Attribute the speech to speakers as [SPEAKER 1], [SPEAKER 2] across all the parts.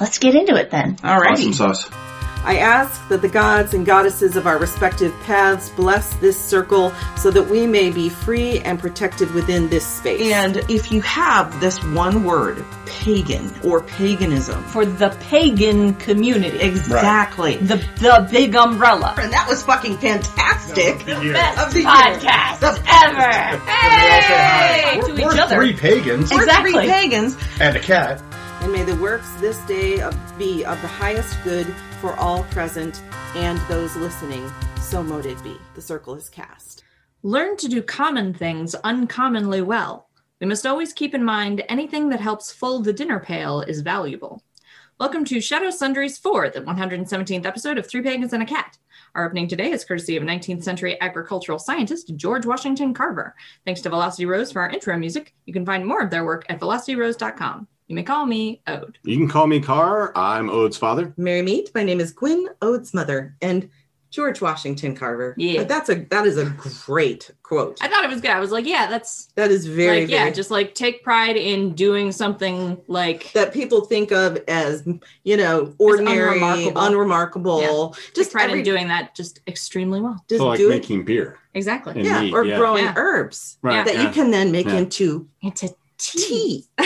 [SPEAKER 1] Let's get into it then.
[SPEAKER 2] All right.
[SPEAKER 3] Awesome sauce.
[SPEAKER 4] I ask that the gods and goddesses of our respective paths bless this circle so that we may be free and protected within this space.
[SPEAKER 2] And if you have this one word, pagan or paganism,
[SPEAKER 5] for the pagan community.
[SPEAKER 2] exactly.
[SPEAKER 5] The the big umbrella.
[SPEAKER 2] And that was fucking fantastic.
[SPEAKER 5] Best
[SPEAKER 2] the year.
[SPEAKER 5] podcast
[SPEAKER 2] The-
[SPEAKER 5] ever. Hey!
[SPEAKER 6] We're,
[SPEAKER 5] to each
[SPEAKER 6] we're
[SPEAKER 5] other.
[SPEAKER 6] three pagans
[SPEAKER 2] We're three
[SPEAKER 5] Exactly.
[SPEAKER 2] pagans.
[SPEAKER 6] and a cat.
[SPEAKER 4] And may the works this day of, be of the highest good for all present and those listening. So mote it be. The circle is cast.
[SPEAKER 7] Learn to do common things uncommonly well. We must always keep in mind anything that helps full the dinner pail is valuable. Welcome to Shadow Sundries 4, the 117th episode of Three Pagans and a Cat. Our opening today is courtesy of 19th century agricultural scientist George Washington Carver. Thanks to Velocity Rose for our intro music. You can find more of their work at velocityrose.com. You may call me Ode.
[SPEAKER 3] You can call me Carr. I'm Ode's father.
[SPEAKER 8] Mary Meet. My name is Gwyn Ode's mother and George Washington Carver.
[SPEAKER 5] Yeah.
[SPEAKER 8] But that's a that is a great quote.
[SPEAKER 7] I thought it was good. I was like, yeah, that's
[SPEAKER 8] That is very
[SPEAKER 7] like,
[SPEAKER 8] very
[SPEAKER 7] yeah, just like take pride in doing something like
[SPEAKER 8] that people think of as you know ordinary,
[SPEAKER 7] unremarkable.
[SPEAKER 8] unremarkable,
[SPEAKER 7] just
[SPEAKER 8] just
[SPEAKER 7] pride
[SPEAKER 8] every,
[SPEAKER 7] in doing that just extremely well.
[SPEAKER 8] just
[SPEAKER 3] So like
[SPEAKER 8] do it.
[SPEAKER 3] making beer.
[SPEAKER 7] Exactly.
[SPEAKER 3] and
[SPEAKER 8] yeah,
[SPEAKER 3] meat,
[SPEAKER 8] or
[SPEAKER 3] yeah.
[SPEAKER 8] growing
[SPEAKER 7] Yeah.
[SPEAKER 8] herbs
[SPEAKER 3] Right.
[SPEAKER 8] that you can then make
[SPEAKER 3] Yeah.
[SPEAKER 8] into
[SPEAKER 7] It's a tea.
[SPEAKER 8] tea.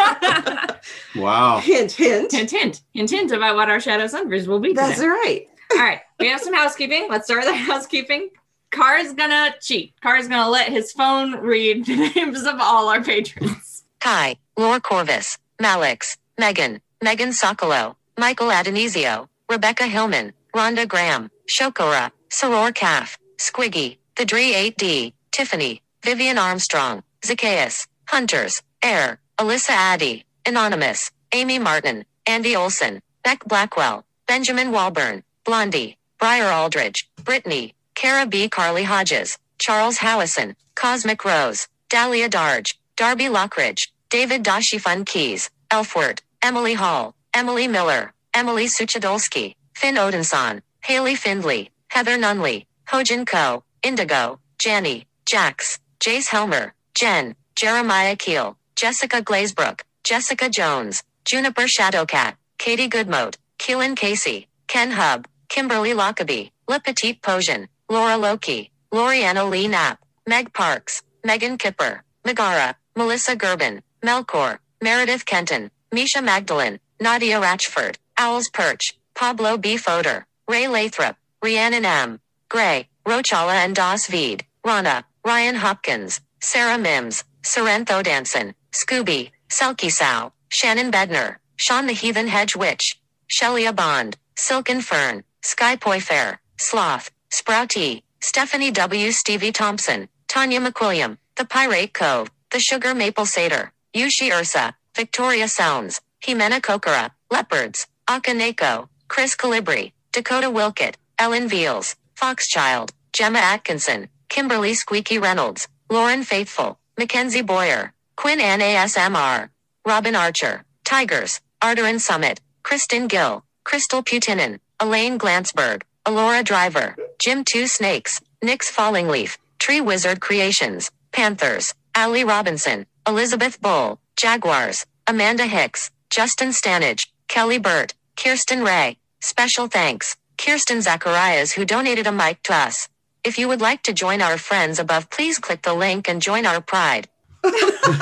[SPEAKER 3] can. Wow.
[SPEAKER 8] hint, hint.
[SPEAKER 7] hint, hint, hint, hint about what our shadow sundries will be.
[SPEAKER 8] That's
[SPEAKER 7] today.
[SPEAKER 8] right.
[SPEAKER 7] All right, we have some housekeeping. Let's start with our housekeeping. Car is gonna cheat. Car is gonna let his phone read the names of all our patrons.
[SPEAKER 9] Kai, Lore Corvus, Malix, Megan, Megan Sokolow, Michael Adenizio, Rebecca Hillman, Rhonda Graham, Shokora, Soror Calf, Squiggy, The Dree 8D, Tiffany, Vivian Armstrong, Zacchaeus, Hunters, Air, Alyssa Addy, Anonymous, Amy Martin, Andy Olson, Beck Blackwell, Benjamin Walburn, Blondie, Briar Aldridge, Brittany, Cara B. Carly Hodges, Charles Howison, Cosmic Rose, Dahlia Darge, Darby Lockridge, David Dashifun Keys, Elfward, Emily Hall, Emily Miller, Emily Suchadolsky, Finn Odinson, Haley Findley, Heather Nunley, Hojin Ko, Indigo, Janny, Jax, Jace Helmer, Jen, Jeremiah Keel, Jessica Glazebrook, Jessica Jones, Juniper Shadowcat, Katie Goodmode, Keelan Casey, Ken Hub, Kimberly Lockaby, Le Petit Potion, Laura Loki, Loriana Lee Knapp, Meg Parks, Megan Kipper, Megara, Melissa Gerben, Melkor, Meredith Kenton, Misha Magdalene, Nadia Ratchford, Owls Perch, Pablo B. Fodor, Ray Lathrop, Rhiannon M. Gray, Rochala and Das Veed, Rana, Ryan Hopkins, Sarah Mims, Sorrento Danson, Scooby, Selkie Sow, Shannon Bedner, Sean the Heathen Hedge Witch, Shelia Bond, Silken Fern, Sky Poifair, Sloth, Sprouty, Stephanie W. Stevie Thompson, Tanya McWilliam, The Pirate Cove, The Sugar Maple Satyr, Yushi Ursa, Victoria Sounds, Jimena Kokura, Leopards, Akaneko, Chris Calibri, Dakota Wilkett, Ellen Veals, Foxchild, Gemma Atkinson, Kimberly Squeaky Reynolds, Lauren Faithful, Mackenzie Boyer, Quinn Ann ASMR, Robin Archer, Tigers, Arterin Summit, Kristen Gill, Crystal Putinen, Elaine Glansberg, Alora Driver, Jim Two Snakes, Nick's Falling Leaf, Tree Wizard Creations, Panthers, Allie Robinson, Elizabeth Bull, Jaguars, Amanda Hicks, Justin Stanage, Kelly Burt, Kirsten Ray. Special thanks, Kirsten Zacharias who donated a mic to us. If you would like to join our friends above, please click the link and join our pride.
[SPEAKER 8] That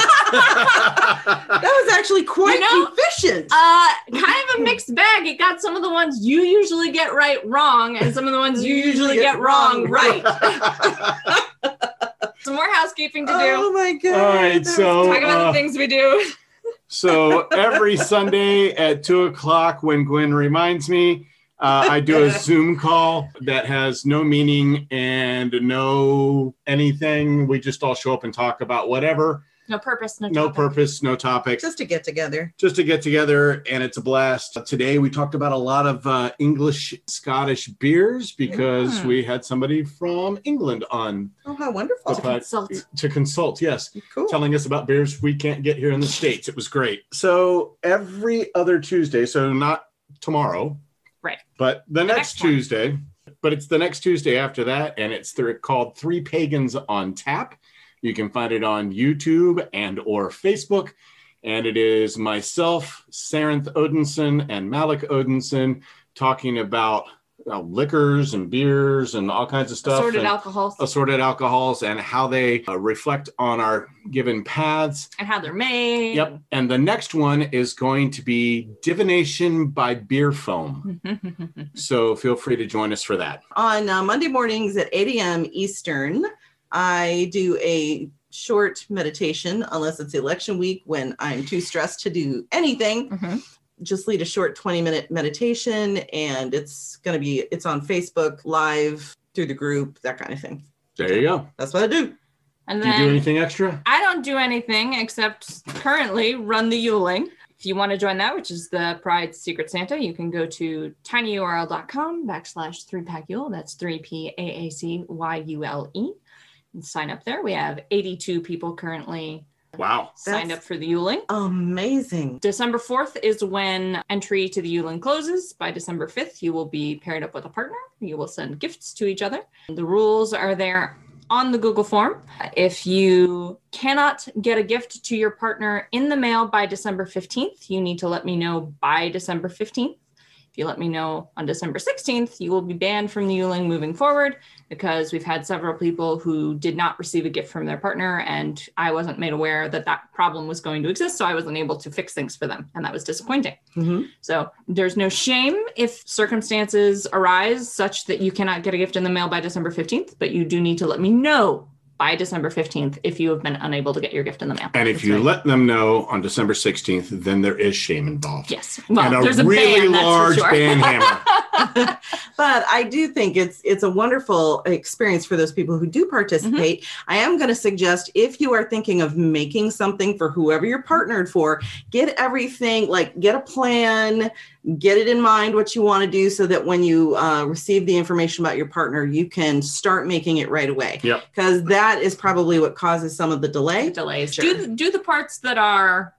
[SPEAKER 8] was actually quite
[SPEAKER 7] know,
[SPEAKER 8] efficient.
[SPEAKER 7] Uh, kind of a mixed bag. It got some of the ones you usually get right wrong, and some of the ones you usually get wrong right. Some more housekeeping to do.
[SPEAKER 8] oh my god.
[SPEAKER 3] All right,
[SPEAKER 8] that was
[SPEAKER 3] so-
[SPEAKER 7] Talk about
[SPEAKER 3] uh,
[SPEAKER 7] the things we do.
[SPEAKER 3] So every Sunday at two o'clock, when Gwen reminds me, uh, I do a Zoom call that has no meaning and no anything. We just all show up and talk about whatever.
[SPEAKER 7] No purpose. No,
[SPEAKER 3] No
[SPEAKER 7] topic.
[SPEAKER 3] purpose, no topic,
[SPEAKER 8] just to get together.
[SPEAKER 3] just to get together, and it's a blast. Today we talked about a lot of uh, English Scottish beers because
[SPEAKER 7] Mm.
[SPEAKER 3] we had somebody from England on
[SPEAKER 8] Oh, how
[SPEAKER 3] the
[SPEAKER 8] wonderful.
[SPEAKER 3] pod-
[SPEAKER 7] Consult.
[SPEAKER 3] to consult. Yes,
[SPEAKER 8] Cool.
[SPEAKER 3] telling us about beers we can't get here in the states. It was great. So every other Tuesday, so not tomorrow,
[SPEAKER 7] Right.
[SPEAKER 3] But the, next,
[SPEAKER 7] next one.
[SPEAKER 3] Tuesday, but it's the next Tuesday after that, and it's they're called Three Pagans on Tap. You can find it on YouTube and or Facebook. And it is myself, Sarinth Odinson, and Malik Odinson talking about uh, liquors and beers and all kinds of stuff.
[SPEAKER 7] Assorted
[SPEAKER 3] and
[SPEAKER 7] alcohols
[SPEAKER 3] assorted alcohols and how they uh, reflect on our given paths.
[SPEAKER 7] and how they're made.
[SPEAKER 3] Yep. And the next one is going to be divination by beer foam. So feel free to join us for that.
[SPEAKER 8] On uh, Monday mornings at 8 a.m. Eastern, I do a short meditation, unless it's election week when I'm too stressed to do anything.
[SPEAKER 7] Mhm.
[SPEAKER 8] Just lead a short 20 minute meditation, and it's going to be, it's on Facebook Live through the group, that kind of thing.
[SPEAKER 3] There you go.
[SPEAKER 8] That's what I do.
[SPEAKER 7] and
[SPEAKER 3] Do you do
[SPEAKER 7] then
[SPEAKER 3] anything extra?
[SPEAKER 7] I don't do anything except currently run the Yuling. If you want to join that, which is the Pride Secret Santa, you can go to tinyurl.com backslash three pack yule. That's three P A A C Y U L E. And sign up there. We have 82 people currently
[SPEAKER 3] Wow.
[SPEAKER 7] signed up
[SPEAKER 8] That's-
[SPEAKER 7] for the Yuling.
[SPEAKER 8] Amazing.
[SPEAKER 7] December 4th is when entry to the Yulin closes. By December 5th, you will be paired up with a partner. You will send gifts to each other. The rules are there on the Google form. If you cannot get a gift to your partner in the mail by December 15th, you need to let me know by December 15th. If you let me know on December 16th, you will be banned from the Yuling moving forward because we've had several people who did not receive a gift from their partner and i wasn't made aware that that problem was going to exist so i wasn't able to fix things for them and that was disappointing
[SPEAKER 8] Mhm.
[SPEAKER 7] so there's no shame if circumstances arise such that you cannot get a gift in the mail by december 15th but you do need to let me know by december 15th if you have been unable to get your gift in the mail
[SPEAKER 3] And if
[SPEAKER 7] That's
[SPEAKER 3] you
[SPEAKER 7] right.
[SPEAKER 3] let them know on December 16th, then there is shame involved.
[SPEAKER 7] yes well
[SPEAKER 3] and a
[SPEAKER 7] there's a
[SPEAKER 3] really
[SPEAKER 7] ban,
[SPEAKER 3] large
[SPEAKER 7] that's for sure.
[SPEAKER 3] ban hammer.
[SPEAKER 8] But I do think it's it's a wonderful experience for those people who do participate. I am going to suggest if you are thinking of making something for whoever you're partnered for, get everything like get a plan, get it in mind what you want to do, so that when you uh, receive the information about your partner, you can start making it right away.
[SPEAKER 3] Yep.
[SPEAKER 8] Because that is probably what causes some of the delay.
[SPEAKER 7] delays
[SPEAKER 8] Sure.
[SPEAKER 7] do, the- do the parts that are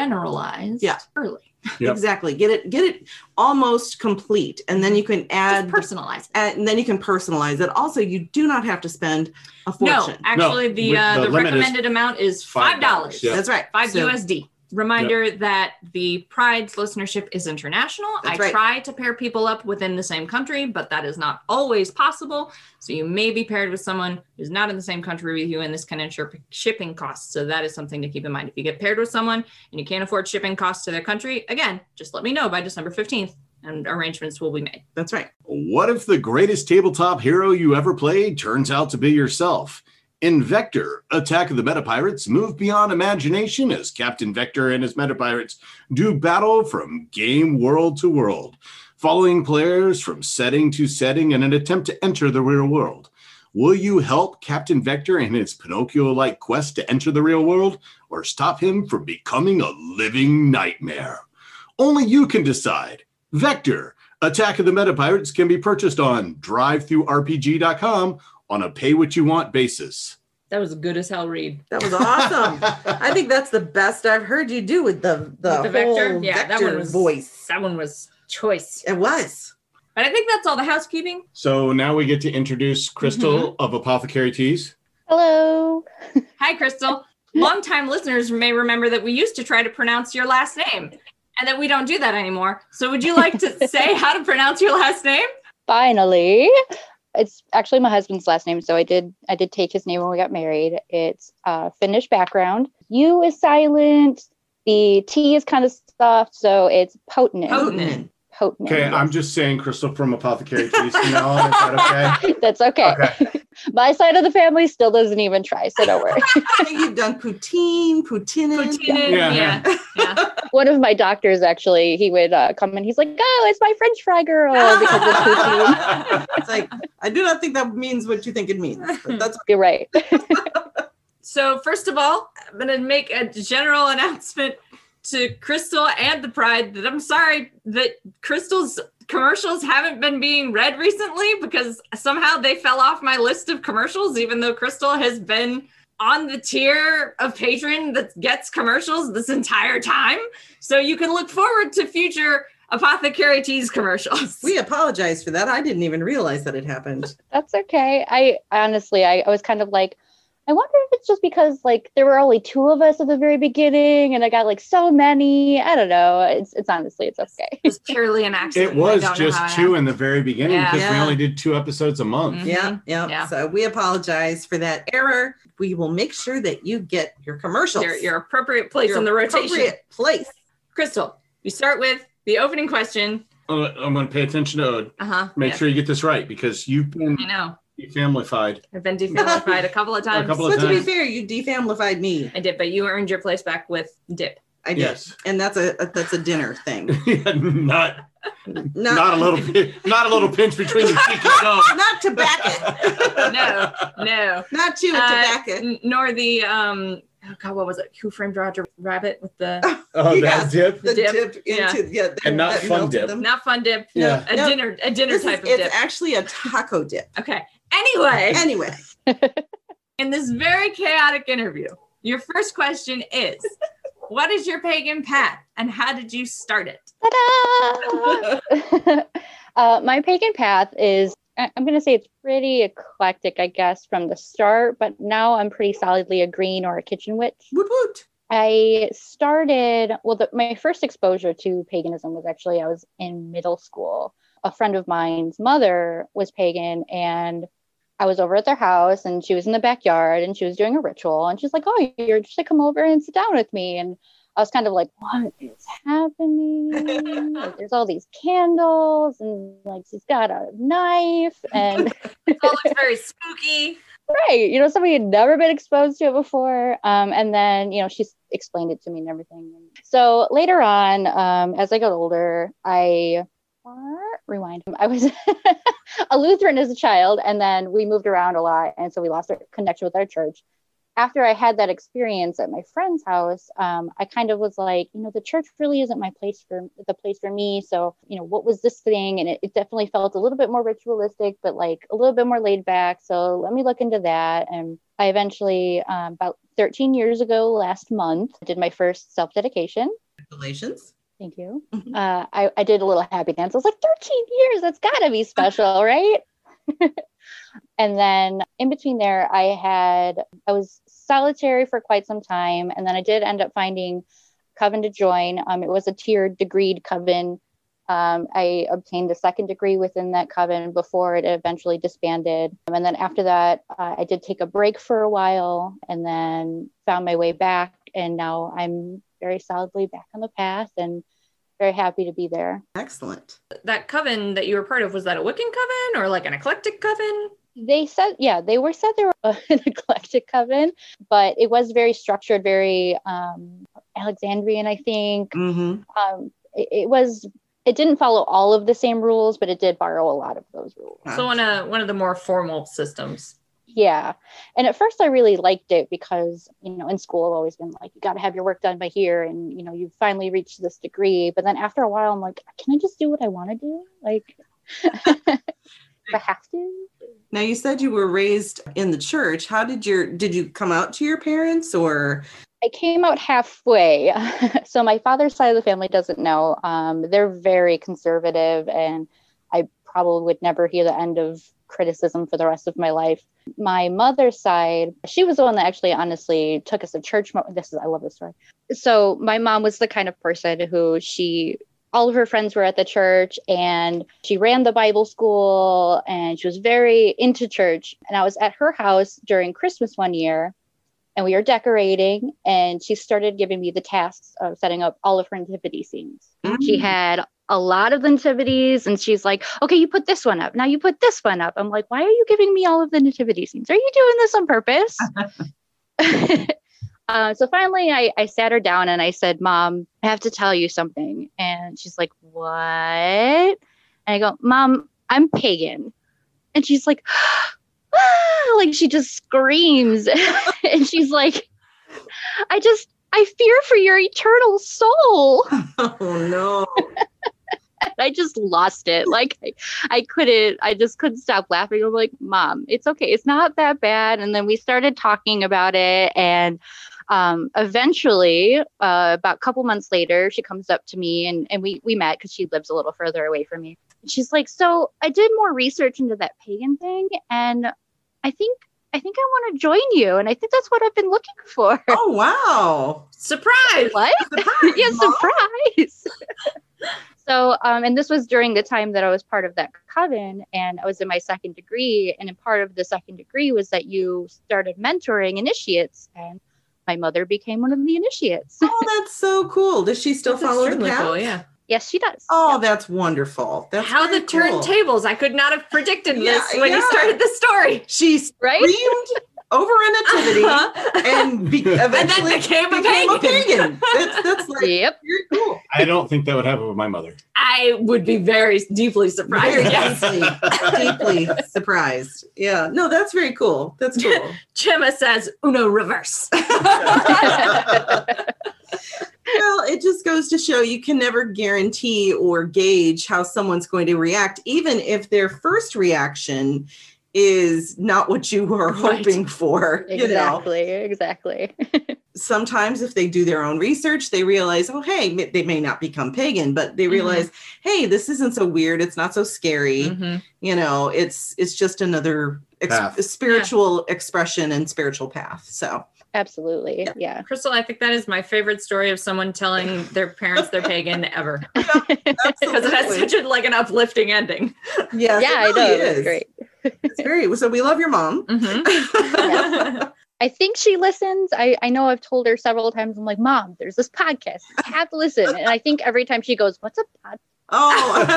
[SPEAKER 7] generalized
[SPEAKER 8] Yeah.
[SPEAKER 7] early
[SPEAKER 3] Yep.
[SPEAKER 8] Exactly. Get it get it almost complete, and then you can
[SPEAKER 7] Just
[SPEAKER 8] add.
[SPEAKER 7] personalize it.
[SPEAKER 8] and then you can personalize it. Also, you do not have to spend a
[SPEAKER 7] No,
[SPEAKER 8] fortune.
[SPEAKER 7] actually,
[SPEAKER 3] No,
[SPEAKER 7] the
[SPEAKER 3] we-
[SPEAKER 7] uh,
[SPEAKER 3] the
[SPEAKER 7] the,
[SPEAKER 3] limit is
[SPEAKER 7] recommended amount is five dollars,
[SPEAKER 3] $5, yeah.
[SPEAKER 8] That's right.
[SPEAKER 7] five
[SPEAKER 8] So-
[SPEAKER 7] USD. Reminder that the Pride's listenership is international.
[SPEAKER 8] That's
[SPEAKER 7] I
[SPEAKER 8] right.
[SPEAKER 7] try to pair people up within the same country, but that is not always possible. So you may be paired with someone who's not in the same country with you, and this can ensure shipping costs. So that is something to keep in mind. If you get paired with someone and you can't afford shipping costs to their country, again, just let me know by December fifteenth, and arrangements will be made.
[SPEAKER 8] That's right.
[SPEAKER 3] What if the greatest tabletop hero you ever played turns out to be yourself? In Vector, Attack of the Meta Pirates move beyond imagination as Captain Vector and his Meta Pirates do battle from game world to world, following players from setting to setting in an attempt to enter the real world. Will you help Captain Vector in his Pinocchio like quest to enter the real world or stop him from becoming a living nightmare? Only you can decide. Vector, Attack of the Meta Pirates can be purchased on drivethroughrpg.com on a pay what you want basis.
[SPEAKER 7] That was a good as hell read.
[SPEAKER 8] That was awesome. I think that's the best I've heard you do with the the,
[SPEAKER 7] With the vector?
[SPEAKER 8] whole
[SPEAKER 7] Yeah, that
[SPEAKER 8] vector
[SPEAKER 7] one was-
[SPEAKER 8] voice.
[SPEAKER 7] That one was choice.
[SPEAKER 8] It was.
[SPEAKER 7] But I think that's all the housekeeping.
[SPEAKER 3] So now we get to introduce Crystal
[SPEAKER 7] Mm-hmm.
[SPEAKER 3] of Apothecary Teas.
[SPEAKER 1] Hello.
[SPEAKER 7] Hi, Crystal. Longtime listeners may remember that we used to try to pronounce your last name and that we don't do that anymore. So, would you like to say how to pronounce your last name?
[SPEAKER 1] Finally. It's actually my husband's last name, so I did I did take his name when we got married. It's uh, Finnish background. U is silent. The T is kind of soft, so it's potent.
[SPEAKER 7] Potanen.
[SPEAKER 1] Potent.
[SPEAKER 3] Okay, I'm just saying Crystal from Apothecary Teas. You know, is that okay?
[SPEAKER 1] That's okay. my side of the family still doesn't even try, so don't worry.
[SPEAKER 8] I think you've done poutine, poutine.
[SPEAKER 7] Poutine,
[SPEAKER 3] Yeah.
[SPEAKER 7] yeah.
[SPEAKER 1] One of my doctors actually, he would uh, come and he's like, "Oh, it's my French fry girl." Because Oh, of poutine.
[SPEAKER 8] It's like I do not think that means what you think it means. But that's
[SPEAKER 1] You're right.
[SPEAKER 7] So, first of all, I'm going to make a general announcement to Crystal and the Pride that I'm sorry that Crystal's commercials haven't been being read recently because somehow they fell off my list of commercials, even though Crystal has been on the tier of patron that gets commercials this entire time. So, you can look forward to future Apothecary Teas commercials.
[SPEAKER 8] we apologize
[SPEAKER 7] Mm-hmm.
[SPEAKER 8] for that. I didn't even realize that it happened.
[SPEAKER 1] That's okay. I honestly, I, I was kind of like, I wonder if it's just because like there were only two of us at the very beginning, and I got like so many. I don't know. It's it's honestly it's okay.
[SPEAKER 7] It's purely an accident.
[SPEAKER 3] It was
[SPEAKER 7] I don't know how
[SPEAKER 3] just
[SPEAKER 7] it
[SPEAKER 3] two in the very beginning
[SPEAKER 7] Yeah.
[SPEAKER 3] because we
[SPEAKER 8] Yeah.
[SPEAKER 3] only did two episodes a month.
[SPEAKER 7] Mhm.
[SPEAKER 8] Yeah, yeah,
[SPEAKER 7] Yeah.
[SPEAKER 8] So we apologize for that error. We will make sure that you get your commercials.
[SPEAKER 7] happened. Your, your appropriate place
[SPEAKER 8] Your
[SPEAKER 7] in the rotation.
[SPEAKER 8] appropriate place.
[SPEAKER 7] Crystal, you start with the opening question.
[SPEAKER 3] Uh,
[SPEAKER 7] Mm-hmm.
[SPEAKER 3] I'm going to pay attention to Ode.
[SPEAKER 7] Uh huh.
[SPEAKER 3] Make sure you get this right because you've been
[SPEAKER 7] I know.
[SPEAKER 3] familyfied.
[SPEAKER 7] I've been defamilified a couple of times.
[SPEAKER 3] couple of-
[SPEAKER 8] But to be
[SPEAKER 3] times.
[SPEAKER 8] fair, you defamilified me.
[SPEAKER 7] I did, but you earned your place back with dip.
[SPEAKER 8] I did,
[SPEAKER 3] Yes.
[SPEAKER 8] and that's a, a that's a dinner thing.
[SPEAKER 3] not
[SPEAKER 8] Not
[SPEAKER 3] not a
[SPEAKER 8] not,
[SPEAKER 3] little pi- not a little pinch between the cheek and gum.
[SPEAKER 8] tobacco,
[SPEAKER 7] No, no.
[SPEAKER 8] not chewing
[SPEAKER 7] Uh,
[SPEAKER 8] tobacco.
[SPEAKER 7] N- nor the um. Oh God, what was it? Who framed Roger Rabbit with the
[SPEAKER 3] Oh,
[SPEAKER 8] Yes.
[SPEAKER 3] that dip.
[SPEAKER 8] The
[SPEAKER 7] dip,
[SPEAKER 8] dip,
[SPEAKER 7] yeah.
[SPEAKER 8] into yeah, that-
[SPEAKER 3] And not
[SPEAKER 8] that
[SPEAKER 3] fun
[SPEAKER 8] melted
[SPEAKER 3] dip.
[SPEAKER 8] them.
[SPEAKER 7] not fun dip?
[SPEAKER 3] Yeah.
[SPEAKER 7] A
[SPEAKER 8] No.
[SPEAKER 7] dinner, a dinner
[SPEAKER 8] This is,
[SPEAKER 7] type of
[SPEAKER 8] it's
[SPEAKER 7] dip.
[SPEAKER 8] actually a taco dip.
[SPEAKER 7] okay. Anyway,
[SPEAKER 8] Anyway,
[SPEAKER 7] in this very chaotic interview, your first question is, what is your pagan path, and how did you start it?
[SPEAKER 1] Ta-da! uh, my pagan path is I- I'm going to say it's pretty eclectic, I guess, from the start, but now I'm pretty solidly a green or a kitchen witch.
[SPEAKER 8] woot woot.
[SPEAKER 1] I started, well, the, my first exposure to paganism was actually I was in middle school. A friend of mine's mother was pagan, and I was over at their house, and she was in the backyard and she was doing a ritual. And she's like, Oh, you're just to come over and sit down with me. And I was kind of like, What is happening? Like, there's all these candles, and like she's got a knife, and
[SPEAKER 7] It all looks very spooky.
[SPEAKER 1] right you know somebody had never been exposed to it before um, and then you know she's explained it to me and everything so later on um, as i got older i rewind i was a lutheran as a child and then we moved around a lot and so we lost our connection with our church after i had that experience at my friend's house um, i kind of was like you know the church really isn't my place for the place for me so you know what was this thing and it, it definitely felt a little bit more ritualistic but like a little bit more laid back so let me look into that and i eventually um, about 13 years ago last month did my first self-dedication
[SPEAKER 8] Congratulations.
[SPEAKER 1] Thank you.
[SPEAKER 8] Mhm.
[SPEAKER 1] Uh, I, I did a little happy dance. I was like, 13 years, that's got to be special, right? and then in between there, I had, I was solitary for quite some time. And then I did end up finding Coven to join. Um, it was a tiered degreed Coven. Um, I obtained a second degree within that Coven before it eventually disbanded. Um, and then after that, uh, I did take a break for a while and then found my way back. And now I'm very solidly back on the path and very happy to be there.
[SPEAKER 8] Excellent.
[SPEAKER 7] That coven that you were part of was that a Wiccan coven or like an eclectic coven?
[SPEAKER 1] They said, yeah, they were said they were an eclectic coven, but it was very structured, very um, Alexandrian, I think.
[SPEAKER 8] Mm-hmm.
[SPEAKER 1] Um, it, it was, it didn't follow all of the same rules, but it did borrow a lot of those rules.
[SPEAKER 7] So one of one of the more formal systems.
[SPEAKER 1] Yeah. And at first I really liked it because, you know, in school I've always been like, you got to have your work done by here. And, you know, you finally reached this degree. But then after a while, I'm like, can I just do what I want to do? Like, if I have to.
[SPEAKER 8] Now you said you were raised in the church. How did your did you come out to your parents or
[SPEAKER 1] I came out halfway. so my father's side of the family doesn't know. Um, they're very conservative, and I probably would never hear the end of criticism for the rest of my life. My mother's side, she was the one that actually honestly took us to church. Mo- this is, I love this story. So my mom was the kind of person who she, all of her friends were at the church and she ran the Bible school and she was very into church. And I was at her house during Christmas one year and we were decorating and she started giving me the tasks of setting up all of her nativity scenes
[SPEAKER 7] Mm.
[SPEAKER 1] she
[SPEAKER 8] Mm.
[SPEAKER 1] had a lot of the nativities and she's like okay you put this one up now you put this one up i'm like why are you giving me all of the nativity scenes are you doing this on purpose uh, so finally I, I sat her down and i said mom i have to tell you something and she's like what and i go mom i'm pagan and she's like "Ah," like she just screams and she's like i just i fear for your eternal soul
[SPEAKER 8] Oh no.
[SPEAKER 1] I just lost it. Like I, I couldn't, I just couldn't stop laughing. I'm like, mom, it's okay. It's not that bad. And then we started talking about it. And um, eventually, uh, about a couple months later, she comes up to me and, and we, we met because she lives a little further away from me. She's like, so I did more research into that pagan thing. And I think I think I want to join you. And I think that's what I've been looking for.
[SPEAKER 8] Oh wow!
[SPEAKER 7] Surprise!
[SPEAKER 1] What? yeah, surprise. so, um, and this was during the time that I was part of that coven and I was in my second degree. And a part of the second degree was that you started mentoring initiates. And my mother became one of the initiates.
[SPEAKER 8] Oh, that's so cool. Does she still
[SPEAKER 7] That's
[SPEAKER 8] follow the
[SPEAKER 7] extremely
[SPEAKER 8] path?
[SPEAKER 7] cool, yeah.
[SPEAKER 1] yes, she does.
[SPEAKER 8] Oh,
[SPEAKER 1] Yeah.
[SPEAKER 8] that's wonderful. That's
[SPEAKER 7] How the
[SPEAKER 8] very cool.
[SPEAKER 7] turntables. I could not have predicted
[SPEAKER 8] Yeah,
[SPEAKER 7] this when
[SPEAKER 8] yeah.
[SPEAKER 7] you started the story.
[SPEAKER 8] She
[SPEAKER 1] Right?
[SPEAKER 8] screamed over a nativity
[SPEAKER 7] Uh-huh.
[SPEAKER 8] and be- eventually
[SPEAKER 7] became a
[SPEAKER 8] became
[SPEAKER 7] pagan.
[SPEAKER 8] That's, that's like
[SPEAKER 1] Yep.
[SPEAKER 8] very cool.
[SPEAKER 3] I don't think that would happen with my mother.
[SPEAKER 7] I would be very deeply surprised.
[SPEAKER 8] Very
[SPEAKER 7] yes.
[SPEAKER 8] deeply, deeply surprised. Yeah. No, that's very cool. That's cool.
[SPEAKER 7] Chima says Uno reverse.
[SPEAKER 8] well, it just goes to show you can never guarantee or gauge how someone's going to react, even if their first reaction is not what you were
[SPEAKER 7] Right.
[SPEAKER 8] hoping for. You know,
[SPEAKER 1] Exactly. Exactly.
[SPEAKER 8] sometimes if they do their own research, they realize, oh, hey, m- they may not become pagan, but
[SPEAKER 1] Mm-hmm.
[SPEAKER 8] they realize, hey, this isn't so weird. It's not so scary.
[SPEAKER 1] Mm-hmm.
[SPEAKER 7] Mm-hmm.
[SPEAKER 8] You know, it's it's just another ex-
[SPEAKER 3] Path.
[SPEAKER 8] spiritual expression and spiritual path. So
[SPEAKER 1] Absolutely.
[SPEAKER 8] Yeah.
[SPEAKER 1] Yeah.
[SPEAKER 7] Crystal, I think that is my favorite story of someone telling their parents they're pagan ever because it has
[SPEAKER 8] absolutely.
[SPEAKER 7] such a, like an uplifting ending.
[SPEAKER 8] Yes,
[SPEAKER 1] yeah, I
[SPEAKER 8] it
[SPEAKER 1] know.
[SPEAKER 8] really
[SPEAKER 1] It was
[SPEAKER 8] is.
[SPEAKER 1] great.
[SPEAKER 8] It's very so we love your mom.
[SPEAKER 1] I think she listens. I, I know I've told her several times. I'm like, Mom, there's this podcast. You have to listen. And I think every time she goes, What's a podcast?
[SPEAKER 8] Oh,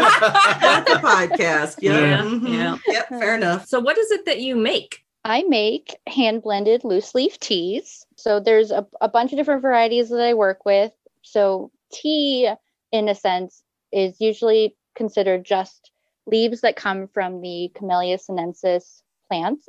[SPEAKER 8] that's a podcast. Yeah.
[SPEAKER 3] Yeah.
[SPEAKER 8] Mhm.
[SPEAKER 7] Yeah.
[SPEAKER 8] Yep. Fair enough.
[SPEAKER 7] so, what is it that you make?
[SPEAKER 1] I make hand blended loose leaf teas. So there's a, a bunch of different varieties that I work with. So tea, in a sense, is usually considered just leaves that come from the Camellia sinensis plant.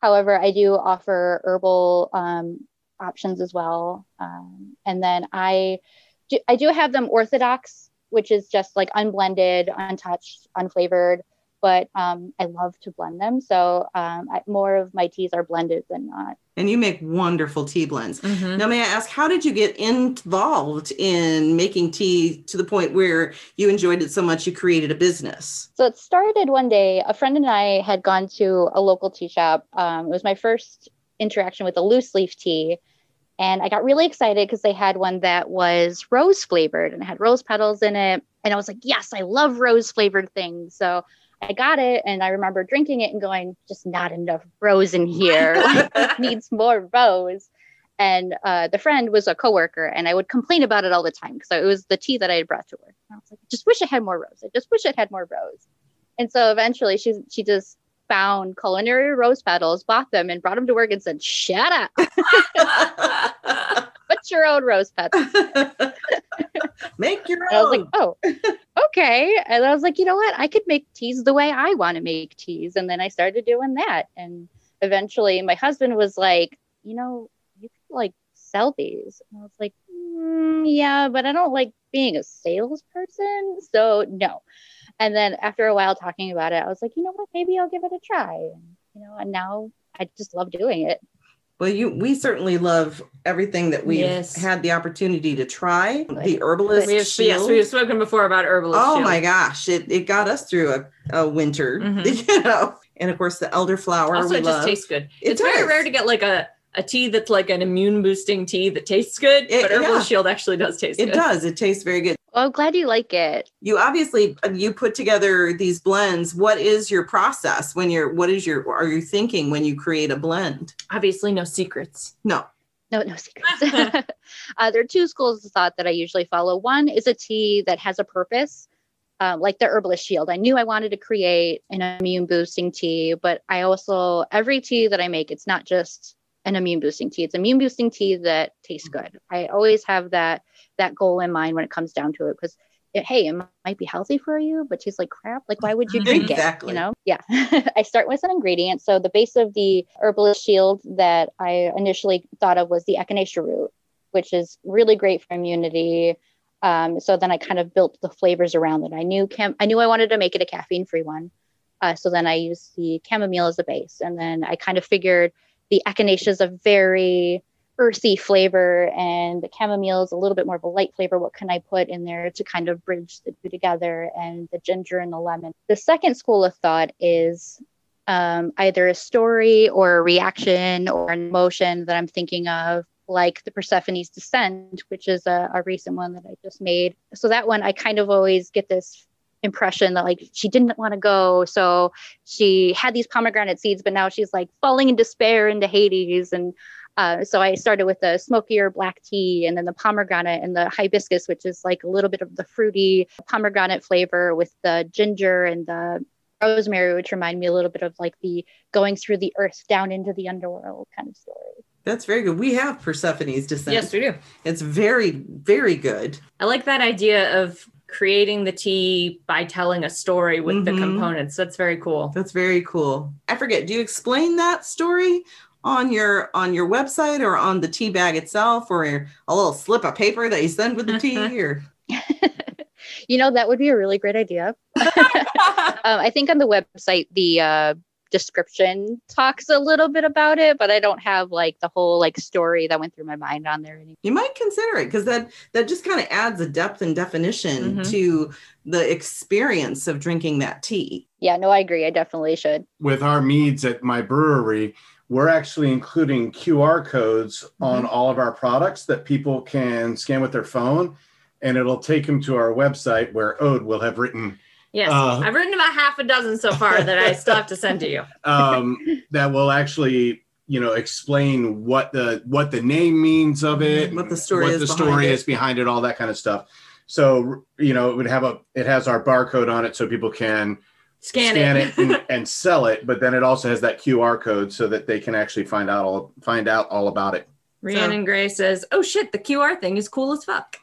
[SPEAKER 1] However, I do offer herbal um, options as well. Um, and then I do, I do have them orthodox, which is just like unblended, untouched, unflavored but um, I love to blend them. So um, I, more of my teas are blended than not.
[SPEAKER 8] And you make wonderful tea blends. Now, may I ask, how did you get involved in making tea to the point where you enjoyed it so much you created a business?
[SPEAKER 1] So it started one day. A friend and I had gone to a local tea shop. Um, it was my first interaction with a loose leaf tea. And I got really excited because they had one that was rose flavored and had rose petals in it. And I was like, yes, I love rose flavored things. So I got it. And I remember drinking it and going, just not enough rose in here. Like, needs more rose. And uh, the friend was a coworker, and I would complain about it all the time. So it was the tea that I had brought to work. And I was like, I just wish it had more rose. I just wish it had more rose. And so eventually she she just found culinary rose petals, bought them, and brought them to work and said, Shut up, put your own rose petals.
[SPEAKER 8] make your
[SPEAKER 1] And I was like,
[SPEAKER 8] own.
[SPEAKER 1] Oh, okay. And I was like, you know what? I could make teas the way I want to make teas. And then I started doing that. And eventually my husband was like, you know, you could like sell these. And I was like, mm, yeah, but I don't like being a salesperson. So no. And then after a while talking about it, I was like, you know what? Maybe I'll give it a try. And, you know, and now I just love doing it.
[SPEAKER 8] well, you we certainly love everything that we've
[SPEAKER 7] Yes.
[SPEAKER 8] had the opportunity to try. The
[SPEAKER 1] Good.
[SPEAKER 8] herbalist.
[SPEAKER 7] We have,
[SPEAKER 8] shield.
[SPEAKER 7] yes, we have spoken before about herbalist.
[SPEAKER 8] Oh
[SPEAKER 7] Shield.
[SPEAKER 8] my gosh, it, it got us through a, a winter,
[SPEAKER 7] Mhm.
[SPEAKER 8] you know. And of course, the elderflower
[SPEAKER 7] Also,
[SPEAKER 8] we
[SPEAKER 7] it just
[SPEAKER 8] love.
[SPEAKER 7] tastes good.
[SPEAKER 8] It
[SPEAKER 7] it's very
[SPEAKER 8] does.
[SPEAKER 7] rare to get like a, a tea that's like an immune boosting tea that tastes good,
[SPEAKER 8] It-
[SPEAKER 7] but Herbal
[SPEAKER 8] yeah.
[SPEAKER 7] Shield actually does taste
[SPEAKER 8] it
[SPEAKER 7] good.
[SPEAKER 8] does. It tastes very good.
[SPEAKER 1] Well, I'm glad you like it.
[SPEAKER 8] You obviously uh, you put together these blends. What is your process when you're? What is your? Are you thinking when you create a blend?
[SPEAKER 7] Obviously, no secrets.
[SPEAKER 8] No.
[SPEAKER 1] No, no secrets. uh, there are two schools of thought that I usually follow. One is a tea that has a purpose, um, like the herbalist shield. I knew I wanted to create an immune boosting tea, but I also, every tea that I make, it's not just an immune boosting tea. It's immune boosting tea that tastes good. I always have that that goal in mind when it comes down to it because hey, it might be healthy for you, but tastes like crap. Like why would you drink
[SPEAKER 8] Exactly.
[SPEAKER 1] it? You know? Yeah. I start with an ingredient. So the base of the herbalist shield that I initially thought of was the echinacea root, which is really great for immunity. Um, so then I kind of built the flavors around it. I knew cam- I knew I wanted to make it a caffeine free one. Uh, so then I used the chamomile as a base, and then I kind of figured the echinacea is a very earthy flavor, and the chamomile is a little bit more of a light flavor. What can I put in there to kind of bridge the two together, and the ginger and the lemon? The second school of thought is um, either a story or a reaction or an emotion that I'm thinking of, like the Persephone's Descent, which is a, a recent one that I just made. So that one, I kind of always get this impression that like she didn't want to go so she had these pomegranate seeds but now she's like falling in despair into hades and uh, so i started with the smokier black tea and then the pomegranate and the hibiscus which is like a little bit of the fruity pomegranate flavor with the ginger and the rosemary which remind me a little bit of like the going through the earth down into the underworld kind of story
[SPEAKER 8] That's very good. We have Persephone's descent.
[SPEAKER 7] Yes, we do.
[SPEAKER 8] It's very, very good.
[SPEAKER 7] I like that idea of creating the tea by telling a story with the
[SPEAKER 8] Mhm.
[SPEAKER 7] components. That's very cool.
[SPEAKER 8] That's very cool. I forget. Do you explain that story on your on your website or on the tea bag itself or a little slip of paper that you send with the tea? Or
[SPEAKER 1] you know that would be a really great idea um, I think on the website the uh, description talks a little bit about it, but I don't have like the whole like story that went through my mind on there. Anymore.
[SPEAKER 8] you might consider it because that that just kind of adds a depth and definition
[SPEAKER 7] Mhm.
[SPEAKER 8] to the experience of drinking that tea.
[SPEAKER 1] Yeah, no, I agree. I definitely should.
[SPEAKER 3] with our meads at my brewery, we're actually including QR codes on
[SPEAKER 8] Mm-hmm.
[SPEAKER 3] all of our products that people can scan with their phone, and it'll take them to our website where Ode will have written
[SPEAKER 7] yes.
[SPEAKER 3] Uh,
[SPEAKER 7] I've written about half a dozen so far that I still have to send to you.
[SPEAKER 3] um, that will actually you know explain what the what the name means of it,
[SPEAKER 8] Mm-hmm. What the story
[SPEAKER 3] what
[SPEAKER 8] is
[SPEAKER 3] the
[SPEAKER 8] behind
[SPEAKER 3] story
[SPEAKER 8] it.
[SPEAKER 3] is behind it, all that kind of stuff. So you know it would have a it has our barcode on it so people can
[SPEAKER 7] Scan, it.
[SPEAKER 3] and, and sell it, but then it also has that QR code so that they can actually find out all find out all about it.
[SPEAKER 7] Rhiannon Gray says, Oh shit, the QR thing is cool as fuck.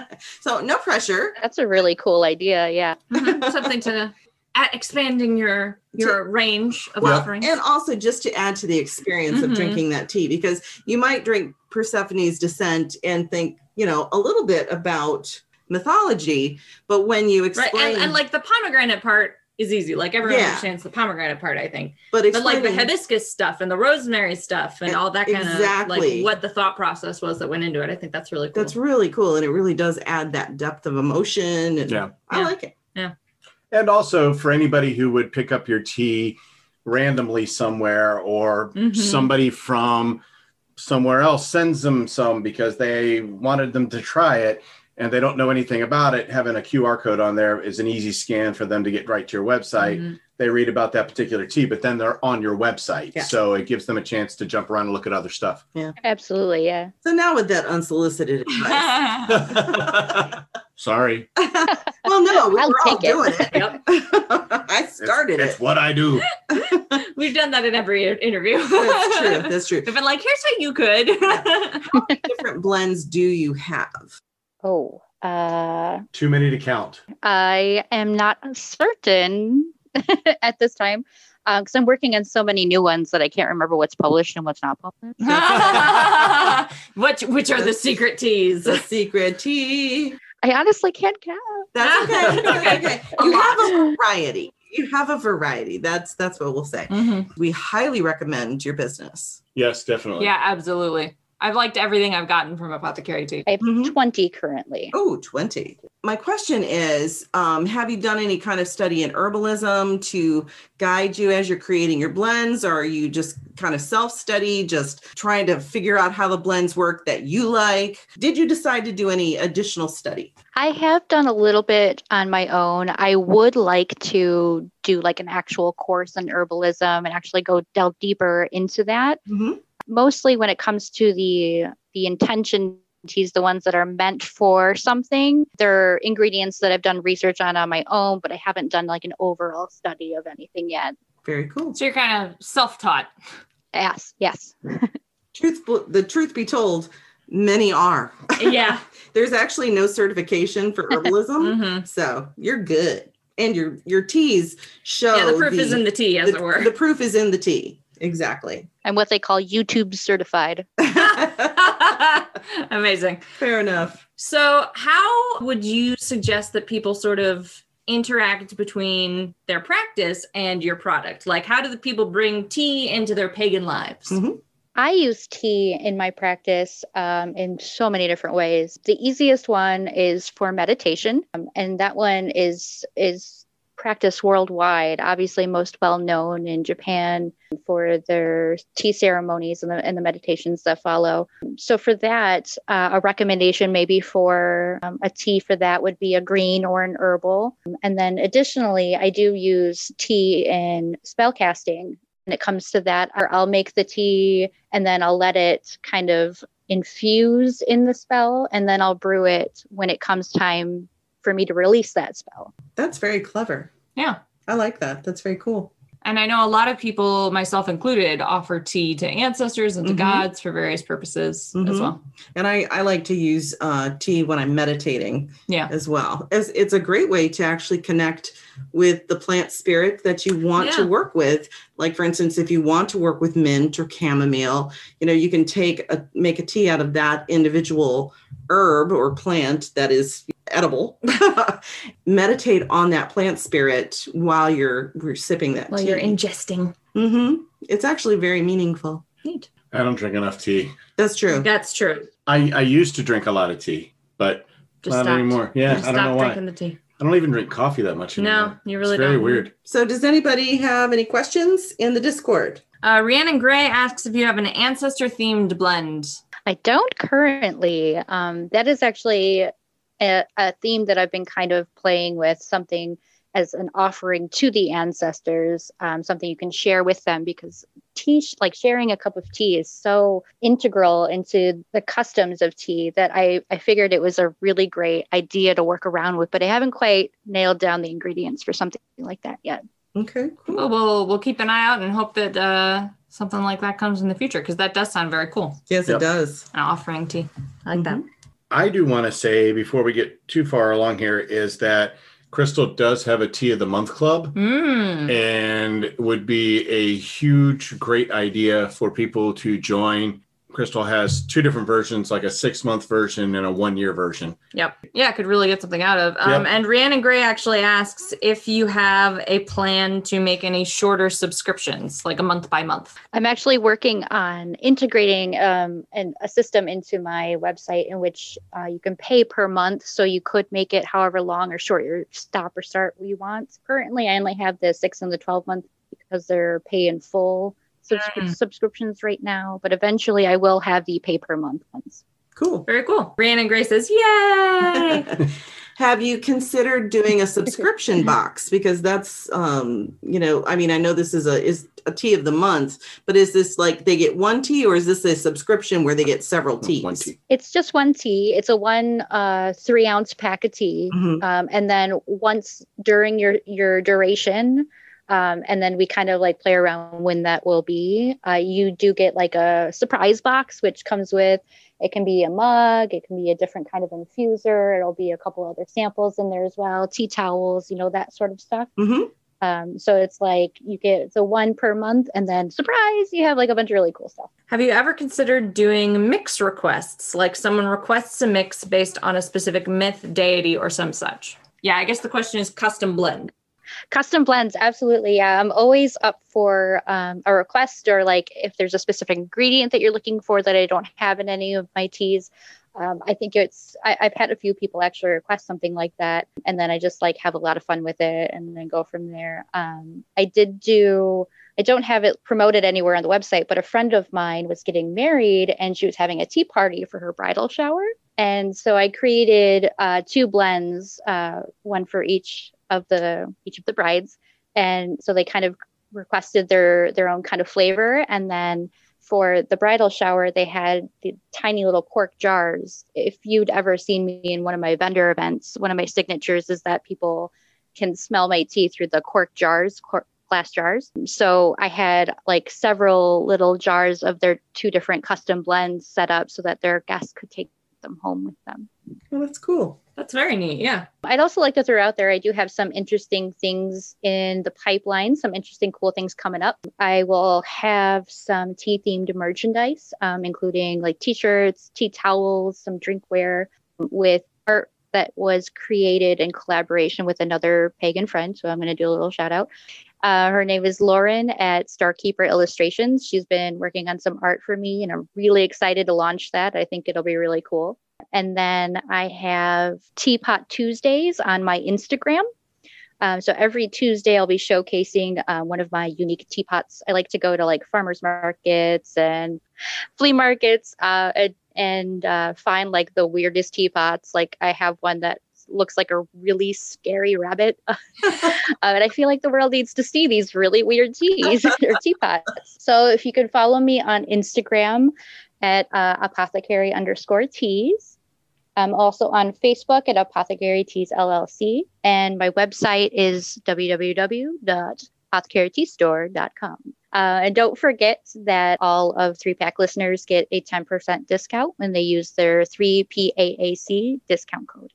[SPEAKER 8] so no pressure.
[SPEAKER 1] That's a really cool idea. Yeah.
[SPEAKER 7] Mhm. Something to at expanding your your range of
[SPEAKER 3] Well,
[SPEAKER 7] offerings.
[SPEAKER 8] And also just to add to the experience
[SPEAKER 7] Mhm.
[SPEAKER 8] of drinking that tea, because you might drink Persephone's Descent and think, you know, a little bit about mythology, but when you
[SPEAKER 7] right.
[SPEAKER 8] explain,
[SPEAKER 7] And, and like the pomegranate part is easy. Like everyone
[SPEAKER 8] Yeah.
[SPEAKER 7] understands the pomegranate part, I think.
[SPEAKER 8] but
[SPEAKER 7] But like
[SPEAKER 8] explaining,
[SPEAKER 7] the hibiscus stuff and the rosemary stuff and all that kind of
[SPEAKER 8] E, Exactly.
[SPEAKER 7] like what the thought process was that went into it. I think that's really cool.
[SPEAKER 8] that's really cool, and it really does add that depth of emotion. And
[SPEAKER 3] Yeah.
[SPEAKER 8] I
[SPEAKER 7] Yeah.
[SPEAKER 8] like it.
[SPEAKER 3] And also for anybody who would pick up your tea randomly somewhere or
[SPEAKER 7] Mhm.
[SPEAKER 3] somebody from somewhere else sends them some because they wanted them to try it and they don't know anything about it, having a QR code on there is an easy scan for them to get right to your website.
[SPEAKER 7] Mhm.
[SPEAKER 3] They read about that particular tea, but then they're on your website.
[SPEAKER 8] Yeah.
[SPEAKER 3] So it gives them a chance to jump around and look at other stuff.
[SPEAKER 1] Absolutely. Yeah.
[SPEAKER 8] So now with that unsolicited advice,
[SPEAKER 3] Sorry.
[SPEAKER 8] well, no, we
[SPEAKER 1] I'll
[SPEAKER 8] were all
[SPEAKER 1] take it.
[SPEAKER 8] doing it.
[SPEAKER 7] Yep.
[SPEAKER 8] I
[SPEAKER 3] It's-
[SPEAKER 8] started
[SPEAKER 3] it's
[SPEAKER 8] it.
[SPEAKER 3] what I do.
[SPEAKER 7] We've done that in every interview.
[SPEAKER 8] That's true. That's true.
[SPEAKER 7] They've been like, here's how you could.
[SPEAKER 8] Different blends do you have?
[SPEAKER 1] Oh, uh,
[SPEAKER 3] Too many to count.
[SPEAKER 1] I am not certain at this time because I'm working on so many new ones that I can't remember what's published and what's not published.
[SPEAKER 7] which which are the secret teas?
[SPEAKER 8] The secret tea.
[SPEAKER 1] I honestly can't count.
[SPEAKER 8] That's okay. That's okay. okay. You
[SPEAKER 7] lot.
[SPEAKER 8] have a variety. You have a variety. That's that's what we'll
[SPEAKER 7] Mm.
[SPEAKER 8] say. We highly recommend your business.
[SPEAKER 3] Yes, definitely.
[SPEAKER 7] Yeah, absolutely. I've liked everything I've gotten from apothecary tea.
[SPEAKER 1] I have
[SPEAKER 8] Mhm.
[SPEAKER 1] 20 currently.
[SPEAKER 8] Oh, 20. My question is um, Have you done any kind of study in herbalism to guide you as you're creating your blends? Or are you just kind of self study, just trying to figure out how the blends work that you like? Did you decide to do any additional study?
[SPEAKER 1] I have done a little bit on my own. I would like to do like an actual course on herbalism and actually go delve deeper into that.
[SPEAKER 8] Mhm.
[SPEAKER 1] Mostly when it comes to the the intention teas, the ones that are meant for something. They're ingredients that I've done research on on my own, but I haven't done like an overall study of anything yet.
[SPEAKER 8] Very cool.
[SPEAKER 7] So you're kind of self-taught.
[SPEAKER 1] Yes, yes.
[SPEAKER 8] Truth, the truth be told, many are.
[SPEAKER 7] Yeah.
[SPEAKER 8] There's actually no certification for herbalism.
[SPEAKER 7] Mhm.
[SPEAKER 8] So you're good. And your your teas show
[SPEAKER 7] yeah, the proof is in the tea, as
[SPEAKER 8] the,
[SPEAKER 7] it were.
[SPEAKER 8] the proof is in the tea. Exactly.
[SPEAKER 1] I'm what they call YouTube certified.
[SPEAKER 7] Amazing.
[SPEAKER 8] Fair enough.
[SPEAKER 7] So, how would you suggest that people sort of interact between their practice and your product? Like, how do the people bring tea into their pagan lives?
[SPEAKER 8] Mhm.
[SPEAKER 1] I use tea in my practice um, in so many different ways. The easiest one is for meditation, um, and that one is is practiced worldwide. Obviously, most well known in Japan for their tea ceremonies and the, and the meditations that follow. So, for that, uh, a recommendation maybe for um, a tea for that would be a green or an herbal. And then, additionally, I do use tea in spell casting. When it comes to that, or I'll make the tea and then I'll let it kind of infuse in the spell, and then I'll brew it when it comes time for me to release that spell.
[SPEAKER 8] That's very clever.
[SPEAKER 7] Yeah.
[SPEAKER 8] I like that. That's very cool.
[SPEAKER 7] And I know a lot of people, myself included, offer tea to ancestors and to
[SPEAKER 8] Mhm.
[SPEAKER 7] gods for various purposes as
[SPEAKER 8] Mhm.
[SPEAKER 7] well.
[SPEAKER 8] And I, I like to use uh, tea when I'm meditating
[SPEAKER 7] Yeah.
[SPEAKER 8] as well. As it's a great way to actually connect with the plant spirit that you want to
[SPEAKER 7] Yeah.
[SPEAKER 8] work with. Like for instance, if you want to work with mint or chamomile, you know, you can take a make a tea out of that individual herb or plant that is edible. Meditate on that plant spirit while you're, you're sipping that tea.
[SPEAKER 7] ingesting.
[SPEAKER 8] hmm It's actually very meaningful.
[SPEAKER 3] I don't drink enough tea.
[SPEAKER 8] That's true.
[SPEAKER 7] That's true.
[SPEAKER 3] I, I used to drink a lot of tea, but
[SPEAKER 7] Just
[SPEAKER 3] not
[SPEAKER 7] stop.
[SPEAKER 3] anymore. Yeah,
[SPEAKER 7] Just
[SPEAKER 3] I don't know
[SPEAKER 7] stop
[SPEAKER 3] why.
[SPEAKER 7] drinking the tea.
[SPEAKER 3] I don't even drink coffee that much anymore.
[SPEAKER 7] No, you really
[SPEAKER 3] it's very
[SPEAKER 7] don't.
[SPEAKER 3] weird.
[SPEAKER 8] So, does anybody have any questions in the Discord?
[SPEAKER 7] Uh, Rhiannon Gray asks if you have an ancestor themed blend.
[SPEAKER 1] I don't currently. Um, that is actually a, a theme that I've been kind of playing with something as an offering to the ancestors, um, something you can share with them because tea, sh- like sharing a cup of tea, is so integral into the customs of tea that I, I figured it was a really great idea to work around with, but I haven't quite nailed down the ingredients for something like that yet.
[SPEAKER 8] Okay, cool.
[SPEAKER 7] Well, we'll, we'll keep an eye out and hope that uh, something like that comes in the future because that does sound very cool.
[SPEAKER 8] Yes,
[SPEAKER 3] Yep.
[SPEAKER 8] it does.
[SPEAKER 7] An offering tea. I like that.
[SPEAKER 3] I do want to say before we get too far along here is that Crystal does have a tea of the month club
[SPEAKER 7] Mm.
[SPEAKER 3] and would be a huge great idea for people to join. Crystal has two different versions, like a six month version and a one year version.
[SPEAKER 7] Yep. Yeah, I could really get something out of. Um,
[SPEAKER 3] Yep.
[SPEAKER 7] And Rhiannon Gray actually asks if you have a plan to make any shorter subscriptions, like a month by month.
[SPEAKER 1] I'm actually working on integrating um, an, a system into my website in which uh, you can pay per month. So you could make it however long or short your stop or start you want. Currently, I only have the six and the 12 month because they're pay in full subscri-
[SPEAKER 7] Mm.
[SPEAKER 1] subscriptions right now. But eventually, I will have the pay per month ones.
[SPEAKER 8] Cool.
[SPEAKER 7] Very cool. Rhiannon Gray says, Yay!
[SPEAKER 8] have you considered doing a subscription box? Because that's, um, you know, I mean, I know this is a is a tea of the month, but is this like they get one tea, or is this a subscription where they get several teas?
[SPEAKER 3] One tea.
[SPEAKER 1] It's just one tea, it's a one uh, three ounce pack of tea.
[SPEAKER 8] Mhm.
[SPEAKER 1] um, and then once during your your duration um, and then we kind of like play around when that will be uh, you do get like a surprise box which comes with it can be a mug it can be a different kind of infuser it'll be a couple other samples in there as well tea towels you know that sort of stuff
[SPEAKER 8] Mhm.
[SPEAKER 1] um, so it's like you get the one per month and then surprise you have like a bunch of really cool stuff
[SPEAKER 7] Have you ever considered doing mix requests? Like someone requests a mix based on a specific myth, deity, or some such? Yeah, I guess the question is custom blend.
[SPEAKER 1] custom blends absolutely yeah i'm always up for um, a request or like if there's a specific ingredient that you're looking for that i don't have in any of my teas um, i think it's I, i've had a few people actually request something like that and then i just like have a lot of fun with it and then go from there um, i did do i don't have it promoted anywhere on the website but a friend of mine was getting married and she was having a tea party for her bridal shower and so I created uh, two blends, uh, one for each of the each of the brides, and so they kind of requested their their own kind of flavor. And then for the bridal shower, they had the tiny little cork jars. If you'd ever seen me in one of my vendor events, one of my signatures is that people can smell my tea through the cork jars, cork glass jars. So I had like several little jars of their two different custom blends set up so that their guests could take them home with them.
[SPEAKER 8] Well, that's cool.
[SPEAKER 7] That's very neat. Yeah.
[SPEAKER 1] I'd also like to throw out there, I do have some interesting things in the pipeline, some interesting cool things coming up. I will have some tea themed merchandise, um, including like t shirts, tea towels, some drinkware with art that was created in collaboration with another pagan friend. So I'm going to do a little shout out. Uh, her name is Lauren at Starkeeper Illustrations. She's been working on some art for me, and I'm really excited to launch that. I think it'll be really cool. And then I have Teapot Tuesdays on my Instagram. Um, so every Tuesday, I'll be showcasing uh, one of my unique teapots. I like to go to like farmers markets and flea markets uh, and, and uh, find like the weirdest teapots. Like I have one that looks like a really scary rabbit. uh, and I feel like the world needs to see these really weird teas or teapots. So if you can follow me on Instagram at uh, apothecary underscore teas. I'm also on Facebook at Apothecary Teas LLC, and my website is www.apothecaryteastore.com. Uh, and don't forget that all of Three Pack listeners get a 10% discount when they use their 3PAAC discount code.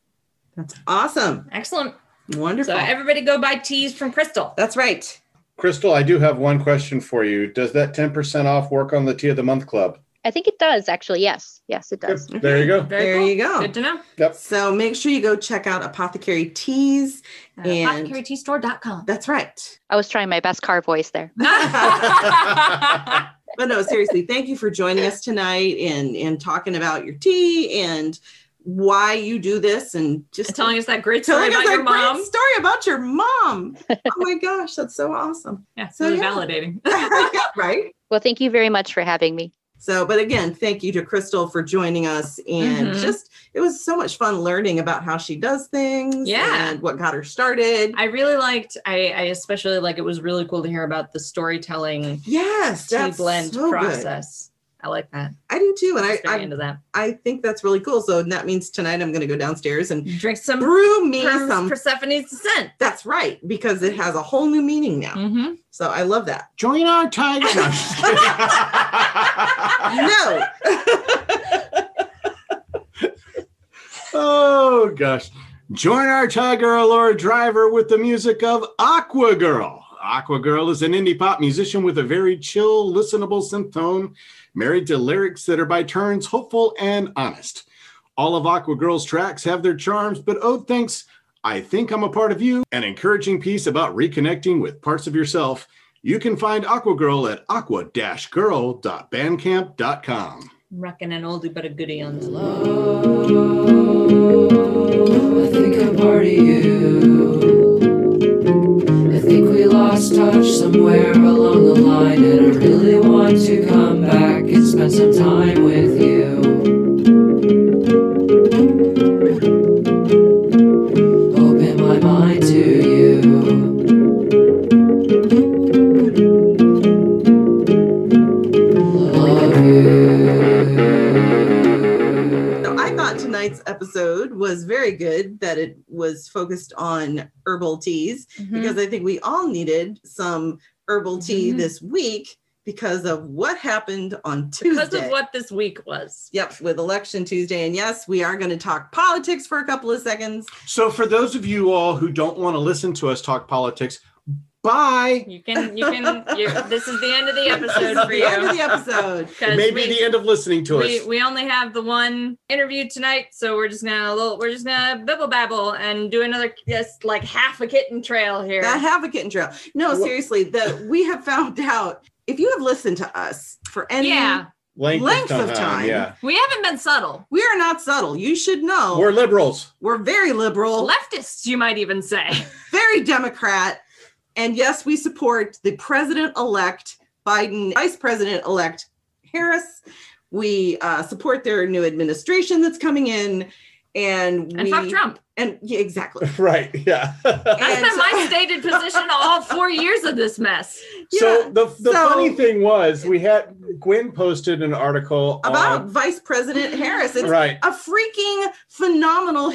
[SPEAKER 8] That's awesome.
[SPEAKER 7] Excellent.
[SPEAKER 8] Wonderful.
[SPEAKER 7] So everybody go buy teas from Crystal.
[SPEAKER 8] That's right.
[SPEAKER 3] Crystal, I do have one question for you. Does that 10% off work on the Tea of the Month Club?
[SPEAKER 1] I think it does, actually. Yes. Yes, it does.
[SPEAKER 3] Yep, There you go.
[SPEAKER 7] Very
[SPEAKER 8] there
[SPEAKER 7] cool.
[SPEAKER 8] you go.
[SPEAKER 7] Good to know.
[SPEAKER 8] So make sure you go check out Apothecary Teas.
[SPEAKER 7] Uh,
[SPEAKER 8] And-
[SPEAKER 7] ApothecaryTeaStore.com.
[SPEAKER 8] That's right.
[SPEAKER 1] I was trying my best car voice there.
[SPEAKER 8] But no, seriously, thank you for joining us tonight and and talking about your tea and why you do this and just
[SPEAKER 7] And telling us that great story
[SPEAKER 8] telling us
[SPEAKER 7] about your
[SPEAKER 8] that great
[SPEAKER 7] mom.
[SPEAKER 8] story about your mom. oh my gosh, that's so awesome.
[SPEAKER 7] Yeah, it's
[SPEAKER 8] So,
[SPEAKER 7] really
[SPEAKER 8] yeah.
[SPEAKER 7] validating.
[SPEAKER 8] right?
[SPEAKER 1] Well, thank you very much for having me.
[SPEAKER 8] So, but again, thank you to Crystal for joining us. And
[SPEAKER 7] Mhm.
[SPEAKER 8] just, it was so much fun learning about how she does things
[SPEAKER 7] Yeah.
[SPEAKER 8] and what got her started.
[SPEAKER 7] I really liked. I, I especially like. It was really cool to hear about the storytelling
[SPEAKER 8] yes,
[SPEAKER 7] tea
[SPEAKER 8] that's
[SPEAKER 7] blend
[SPEAKER 8] so good.
[SPEAKER 7] process. I like that.
[SPEAKER 8] I do too. And
[SPEAKER 7] I,
[SPEAKER 8] I,
[SPEAKER 7] was very
[SPEAKER 8] I,
[SPEAKER 7] into that.
[SPEAKER 8] I think that's really cool. So that means tonight I'm going to go downstairs and
[SPEAKER 7] Drink some
[SPEAKER 8] brew me
[SPEAKER 7] from
[SPEAKER 8] some.
[SPEAKER 7] Persephone's descent.
[SPEAKER 8] That's right, because it has a whole new meaning now.
[SPEAKER 7] Mm-hmm.
[SPEAKER 8] So I love that.
[SPEAKER 3] Join our tiger. No, I'm just kidding.
[SPEAKER 8] No,
[SPEAKER 3] oh, gosh. Join our tiger Allure driver with the music of Aqua Girl. Aqua Girl is an indie pop musician with a very chill, listenable synth tone, married to lyrics that are by turns hopeful and honest. All of Aqua Girl's tracks have their charms, but Ode thinks, I think I'm a part of you, an encouraging piece about reconnecting with parts of yourself. You can find Aqua Girl at aqua-girl.bandcamp.com.
[SPEAKER 7] Rocking an oldie but a goodie on the
[SPEAKER 6] I think I'm part of you. I think we lost touch somewhere along the line, and I really want to come back and spend some time with you. Open my mind to you. Love you.
[SPEAKER 8] So I thought tonight's episode was very good that it was focused on herbal teas Mm-hmm.
[SPEAKER 7] Mm-hmm.
[SPEAKER 8] because I think we all needed some herbal tea
[SPEAKER 7] Mhm.
[SPEAKER 8] this week because of what happened on Tuesday.
[SPEAKER 7] Because of what this week was.
[SPEAKER 8] Yep, with election Tuesday. And yes, we are going to talk politics for a couple of seconds.
[SPEAKER 3] So, for those of you all who don't want to listen to us talk politics, bye.
[SPEAKER 7] You can. You can. you this is the end of the
[SPEAKER 8] This
[SPEAKER 7] episode
[SPEAKER 8] is
[SPEAKER 7] for
[SPEAKER 8] the end of
[SPEAKER 7] you.
[SPEAKER 8] the episode.
[SPEAKER 7] 'Cause
[SPEAKER 3] Maybe
[SPEAKER 7] we-
[SPEAKER 3] the end of listening to
[SPEAKER 7] we,
[SPEAKER 3] us.
[SPEAKER 7] we only have the one interview tonight, so we're just gonna little, we're just gonna bibble babble and do another just like half a kitten trail here.
[SPEAKER 8] That advocate and trail. No,
[SPEAKER 3] Wha-
[SPEAKER 8] seriously, the we have found out if you have listened to us for any
[SPEAKER 7] yeah,
[SPEAKER 3] length,
[SPEAKER 8] length
[SPEAKER 3] of
[SPEAKER 8] of
[SPEAKER 3] time.
[SPEAKER 8] time.
[SPEAKER 3] Yeah.
[SPEAKER 7] we haven't been subtle.
[SPEAKER 8] we are not subtle. You should know
[SPEAKER 3] We're
[SPEAKER 8] we're,
[SPEAKER 3] liberals.
[SPEAKER 8] very liberal,
[SPEAKER 7] Leftists, you might even say.
[SPEAKER 8] very Democrat, and yes, we support the president elect Biden, vice president elect Harris. We uh, support their new administration that's coming in, and,
[SPEAKER 7] And
[SPEAKER 8] we
[SPEAKER 7] fuck Trump.
[SPEAKER 8] and yeah, exactly.
[SPEAKER 3] Right. Yeah.
[SPEAKER 7] That's
[SPEAKER 8] and
[SPEAKER 7] been my
[SPEAKER 8] so-
[SPEAKER 7] stated position all four years of this mess.
[SPEAKER 3] so, the, the
[SPEAKER 8] so-
[SPEAKER 3] funny thing was, we had Gwen posted an article
[SPEAKER 8] About
[SPEAKER 3] on-
[SPEAKER 8] Vice President Harris, it's
[SPEAKER 3] um, right.
[SPEAKER 8] a freaking phenomenal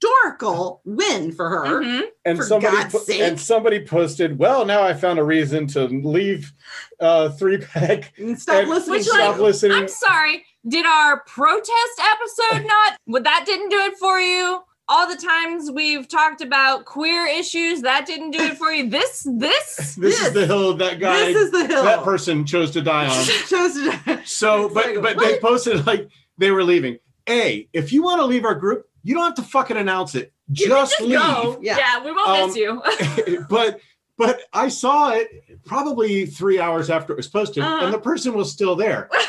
[SPEAKER 8] historical win for her.
[SPEAKER 7] Mhm.
[SPEAKER 3] And
[SPEAKER 8] for
[SPEAKER 3] somebody
[SPEAKER 8] God's
[SPEAKER 3] po-
[SPEAKER 8] sake.
[SPEAKER 3] and somebody posted, well, now I found a reason to leave uh three pack.
[SPEAKER 8] And Stop
[SPEAKER 3] And-
[SPEAKER 8] listening.
[SPEAKER 7] Which,
[SPEAKER 8] to
[SPEAKER 3] Stop
[SPEAKER 7] like,
[SPEAKER 8] them.
[SPEAKER 3] listening.
[SPEAKER 7] I'm sorry. Did our protest episode not? Well, that didn't do it for you. All the times we've talked about queer issues, that didn't do it for you. This, this.
[SPEAKER 3] this, is the hill that guy
[SPEAKER 8] this is the hill.
[SPEAKER 3] that person chose to die on.
[SPEAKER 8] Chose to-
[SPEAKER 3] So,
[SPEAKER 8] It's
[SPEAKER 3] but
[SPEAKER 8] like,
[SPEAKER 3] but they posted like they were leaving. A, if you want to leave our group, you don't have to fucking announce it. Just, leave.
[SPEAKER 7] Go. Yeah.
[SPEAKER 8] Yeah.
[SPEAKER 7] we won't
[SPEAKER 3] Um,
[SPEAKER 7] miss you.
[SPEAKER 3] but but I saw it probably three hours after it was posted,
[SPEAKER 7] Uh-huh.
[SPEAKER 3] and the person was still there. So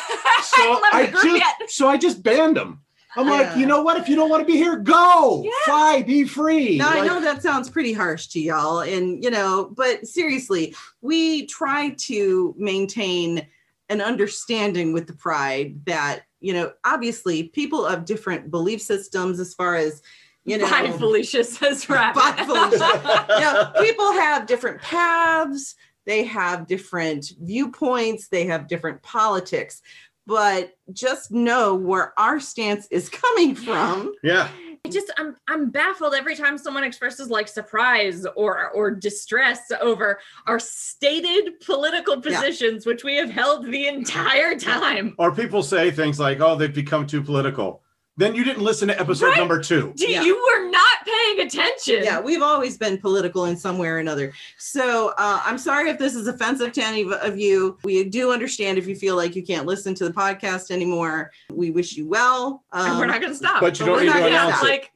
[SPEAKER 7] I love
[SPEAKER 3] I
[SPEAKER 7] the group
[SPEAKER 3] just so I just banned them. I'm like, you know what? If you don't want to be here, go. Fly, be free.
[SPEAKER 8] Now, I
[SPEAKER 3] Like,
[SPEAKER 8] know that sounds pretty harsh to y'all, and you know, but seriously, we try to maintain an understanding with the pride that, you know, obviously people of different belief systems as far as, you know,
[SPEAKER 7] Bye, Felicia says rabbit.
[SPEAKER 8] Bye, Felicia. yeah, people have different paths, they have different viewpoints, they have different politics. But just know where our stance is coming from.
[SPEAKER 3] yeah.
[SPEAKER 7] I just I'm I'm baffled every time someone expresses like surprise or or distress over our stated political
[SPEAKER 8] Yeah.
[SPEAKER 7] positions, which we have held the entire time.
[SPEAKER 3] Or people say things like, oh, they've become too political. Then you didn't listen to episode
[SPEAKER 7] Right.
[SPEAKER 3] number two.
[SPEAKER 7] Do
[SPEAKER 8] Yeah.
[SPEAKER 7] you were not paying attention?
[SPEAKER 8] Yeah, we've always been political in some way or another. So uh, I'm sorry if this is offensive to any of, of you. We do understand if you feel like you can't listen to the podcast anymore. We wish you well.
[SPEAKER 7] And
[SPEAKER 8] Um,
[SPEAKER 7] we're not gonna stop.
[SPEAKER 3] but you
[SPEAKER 8] don't
[SPEAKER 7] we're
[SPEAKER 8] need
[SPEAKER 7] not
[SPEAKER 8] to
[SPEAKER 7] gonna
[SPEAKER 8] announce
[SPEAKER 7] stop.
[SPEAKER 3] it.
[SPEAKER 7] Like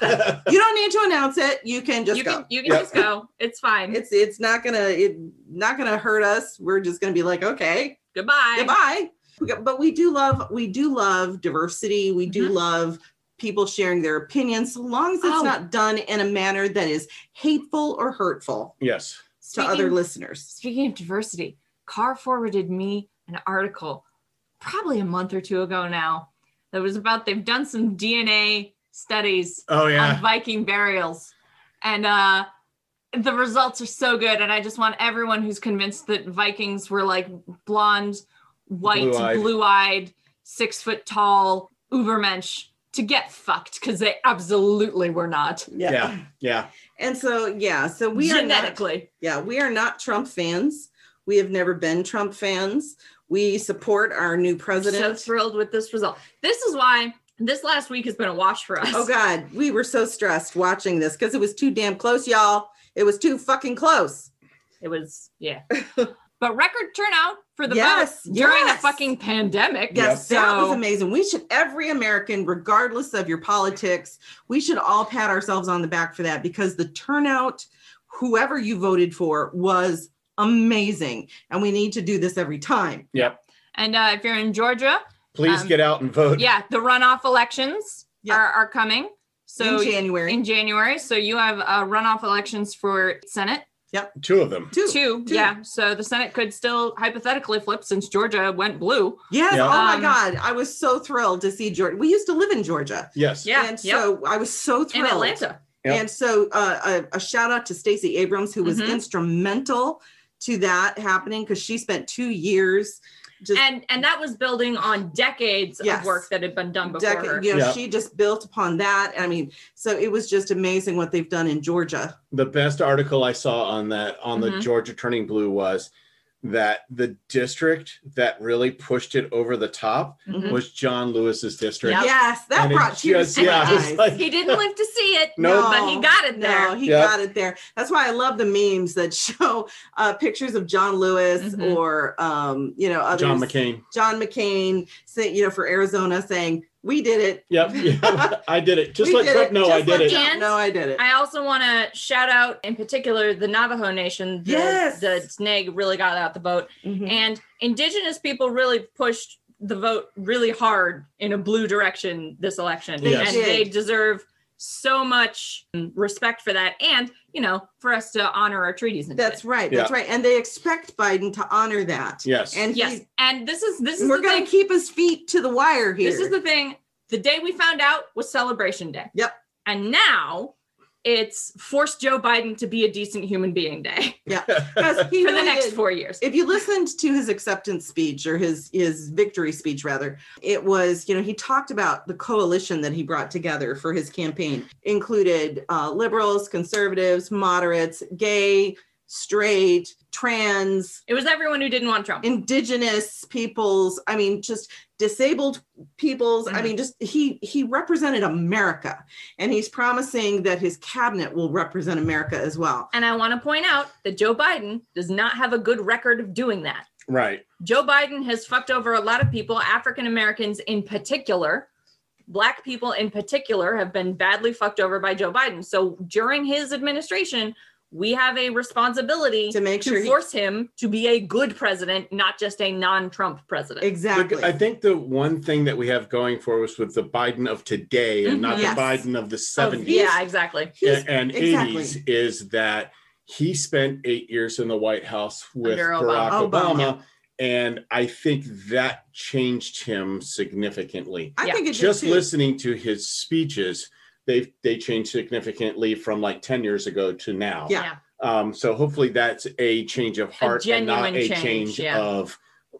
[SPEAKER 8] you don't need to announce it. You can just
[SPEAKER 7] you
[SPEAKER 8] go.
[SPEAKER 7] can you can
[SPEAKER 3] Yeah.
[SPEAKER 7] just go. It's fine.
[SPEAKER 8] it's it's not gonna it not gonna hurt us. We're just gonna be like, okay,
[SPEAKER 7] Goodbye.
[SPEAKER 8] goodbye. We got- But we do love we do love diversity. We do
[SPEAKER 7] Mhm.
[SPEAKER 8] love people sharing their opinions, so long as it's
[SPEAKER 7] Oh.
[SPEAKER 8] not done in a manner that is hateful or hurtful
[SPEAKER 3] Yes.
[SPEAKER 8] to other
[SPEAKER 7] Speaking-
[SPEAKER 8] listeners.
[SPEAKER 7] Speaking of diversity, Carr forwarded me an article probably a month or two ago now that was about they've done some DNA studies
[SPEAKER 3] Oh,
[SPEAKER 7] on
[SPEAKER 3] yeah.
[SPEAKER 7] Viking burials. And uh the results are so good. And I just want everyone who's convinced that Vikings were like blonde, white,
[SPEAKER 3] Blue-eyed.
[SPEAKER 7] blue eyed, six foot tall Ubermensch to get fucked because they absolutely were not.
[SPEAKER 3] Yeah. Yeah.
[SPEAKER 8] And so yeah, so we are not,
[SPEAKER 7] genetically.
[SPEAKER 8] yeah, we are not Trump fans. We have never been Trump fans. We support our new
[SPEAKER 7] so
[SPEAKER 8] president.
[SPEAKER 7] thrilled with this result. This is why this last week has been a wash for us.
[SPEAKER 8] Oh God, we were so stressed watching this because it was too damn close, y'all. It was too fucking close.
[SPEAKER 7] It was, yeah. but record turnout for the
[SPEAKER 8] Yes,
[SPEAKER 7] vote during
[SPEAKER 8] yes.
[SPEAKER 7] a fucking pandemic.
[SPEAKER 8] Yes,
[SPEAKER 7] So
[SPEAKER 8] that was amazing. We should every American, regardless of your politics, we should all pat ourselves on the back for that because the turnout, whoever you voted for, was amazing. And we need to do this every time.
[SPEAKER 7] And uh, if you're in Georgia,
[SPEAKER 3] Please
[SPEAKER 7] Um,
[SPEAKER 3] get out and vote.
[SPEAKER 7] yeah, the runoff elections
[SPEAKER 8] Yeah.
[SPEAKER 7] are, are coming. So
[SPEAKER 8] in January.
[SPEAKER 7] in January, so you have uh, runoff elections for Senate
[SPEAKER 3] Two of them.
[SPEAKER 8] two.
[SPEAKER 7] too.
[SPEAKER 8] two.
[SPEAKER 7] Yeah, so the Senate could still hypothetically flip since Georgia went blue.
[SPEAKER 8] Yes.
[SPEAKER 3] Yeah.
[SPEAKER 8] Oh my
[SPEAKER 7] Um,
[SPEAKER 8] God. I was so thrilled to see Georgia. We used to live in Georgia.
[SPEAKER 3] Yes.
[SPEAKER 7] Yeah,
[SPEAKER 8] And
[SPEAKER 7] yep.
[SPEAKER 8] so I was so
[SPEAKER 7] in
[SPEAKER 8] thrilled.
[SPEAKER 7] Atlanta.
[SPEAKER 3] Yep.
[SPEAKER 8] And so uh, a, a shout out to Stacey Abrams, who was
[SPEAKER 7] Mhm.
[SPEAKER 8] instrumental to that happening because she spent two years just
[SPEAKER 7] And and that was building on decades
[SPEAKER 8] Yes.
[SPEAKER 7] of work that had been done before
[SPEAKER 8] decade-
[SPEAKER 7] her.
[SPEAKER 8] you know,
[SPEAKER 3] Yeah.
[SPEAKER 8] she just built upon that. I mean, so it was just amazing what they've done in Georgia.
[SPEAKER 3] the best article I saw on that on the
[SPEAKER 8] Mm-hmm.
[SPEAKER 7] Mhm.
[SPEAKER 3] Georgia turning blue was that the district that really pushed it over the top
[SPEAKER 7] Mhm.
[SPEAKER 8] Mm-hmm.
[SPEAKER 3] was John Lewis's district.
[SPEAKER 7] Yep.
[SPEAKER 8] Yes, Mm. that
[SPEAKER 3] And it
[SPEAKER 8] brought tears
[SPEAKER 3] just-
[SPEAKER 8] to
[SPEAKER 3] yeah,
[SPEAKER 8] my
[SPEAKER 3] it's
[SPEAKER 8] eyes.
[SPEAKER 3] like-
[SPEAKER 7] He didn't live to see it,
[SPEAKER 3] No.
[SPEAKER 7] but he got it there.
[SPEAKER 8] No, he
[SPEAKER 3] Yep.
[SPEAKER 8] got it there. That's why I love the memes that show uh, pictures of John Lewis
[SPEAKER 7] Mhm.
[SPEAKER 8] or um, you know others.
[SPEAKER 3] John McCain.
[SPEAKER 8] John McCain, say, you know, for Arizona, saying we did it.
[SPEAKER 3] Yep. Yeah. I did it. Just
[SPEAKER 8] We
[SPEAKER 3] let
[SPEAKER 8] did
[SPEAKER 3] Trump
[SPEAKER 8] it.
[SPEAKER 3] know
[SPEAKER 8] Just
[SPEAKER 3] I did
[SPEAKER 7] let
[SPEAKER 3] it.
[SPEAKER 7] Trump-
[SPEAKER 8] No, no, I did it.
[SPEAKER 7] I also want to shout out, in particular, the Navajo Nation. The,
[SPEAKER 8] Yes.
[SPEAKER 7] the SNAG really got out the vote.
[SPEAKER 8] Mhm.
[SPEAKER 7] and indigenous people really pushed the vote really hard in a blue direction this election
[SPEAKER 8] They
[SPEAKER 3] Yes.
[SPEAKER 7] and
[SPEAKER 8] did.
[SPEAKER 7] they deserve so much respect for that and you know for us to honor our treaties and
[SPEAKER 8] That's
[SPEAKER 7] shit.
[SPEAKER 8] right. That's right. And they expect Biden to honor that.
[SPEAKER 3] Yes.
[SPEAKER 8] And
[SPEAKER 7] yes
[SPEAKER 8] he,
[SPEAKER 7] and this is this is
[SPEAKER 8] we're
[SPEAKER 7] the
[SPEAKER 8] going
[SPEAKER 7] thing
[SPEAKER 8] to keep his feet to the wire here.
[SPEAKER 7] this is the thing the day we found out was celebration day
[SPEAKER 8] Yep.
[SPEAKER 7] and now it's forced joe biden to be a decent human being day
[SPEAKER 8] Because he
[SPEAKER 7] for
[SPEAKER 8] really
[SPEAKER 7] the next
[SPEAKER 8] did.
[SPEAKER 7] four years
[SPEAKER 8] If you listened to his acceptance speech or his his victory speech rather, it was you know he talked about the coalition that he brought together for his campaign included uh, liberals, conservatives, moderates, gay, straight, trans,
[SPEAKER 7] it was everyone who didn't want trump
[SPEAKER 8] indigenous peoples i mean just disabled peoples i
[SPEAKER 7] Mhm.
[SPEAKER 8] mean just he he represented america and he's promising that his cabinet will represent america as well
[SPEAKER 7] and i want to point out that joe biden does not have a good record of doing that
[SPEAKER 3] right.
[SPEAKER 7] Joe Biden has fucked over a lot of people, African Americans in particular. Black people in particular have been badly fucked over by Joe Biden. So during his administration, we have a responsibility
[SPEAKER 8] to make sure
[SPEAKER 7] to
[SPEAKER 8] he-
[SPEAKER 7] force him to be a good president, not just a non-Trump president.
[SPEAKER 8] exactly
[SPEAKER 3] Look, I think the one thing that we have going for us with the Biden of today and not
[SPEAKER 8] Mm-hmm. Yes.
[SPEAKER 3] the Biden of the
[SPEAKER 7] Oh,
[SPEAKER 3] 70s
[SPEAKER 7] yeah, exactly.
[SPEAKER 8] He's-
[SPEAKER 3] and, and
[SPEAKER 8] exactly.
[SPEAKER 3] 80s is that he spent eight years in the White House with
[SPEAKER 7] Under
[SPEAKER 3] Barack
[SPEAKER 8] Obama.
[SPEAKER 3] Obama.
[SPEAKER 8] Obama.
[SPEAKER 3] And I think that changed him significantly.
[SPEAKER 8] I
[SPEAKER 7] Yeah.
[SPEAKER 8] think it
[SPEAKER 3] Just
[SPEAKER 8] too.
[SPEAKER 3] listening to his speeches, they've they changed significantly from like 10 years ago to now.
[SPEAKER 8] Yeah.
[SPEAKER 3] Um, so hopefully that's a change of heart and not
[SPEAKER 7] genuine
[SPEAKER 3] a
[SPEAKER 7] change,
[SPEAKER 3] change,
[SPEAKER 7] yeah.
[SPEAKER 3] of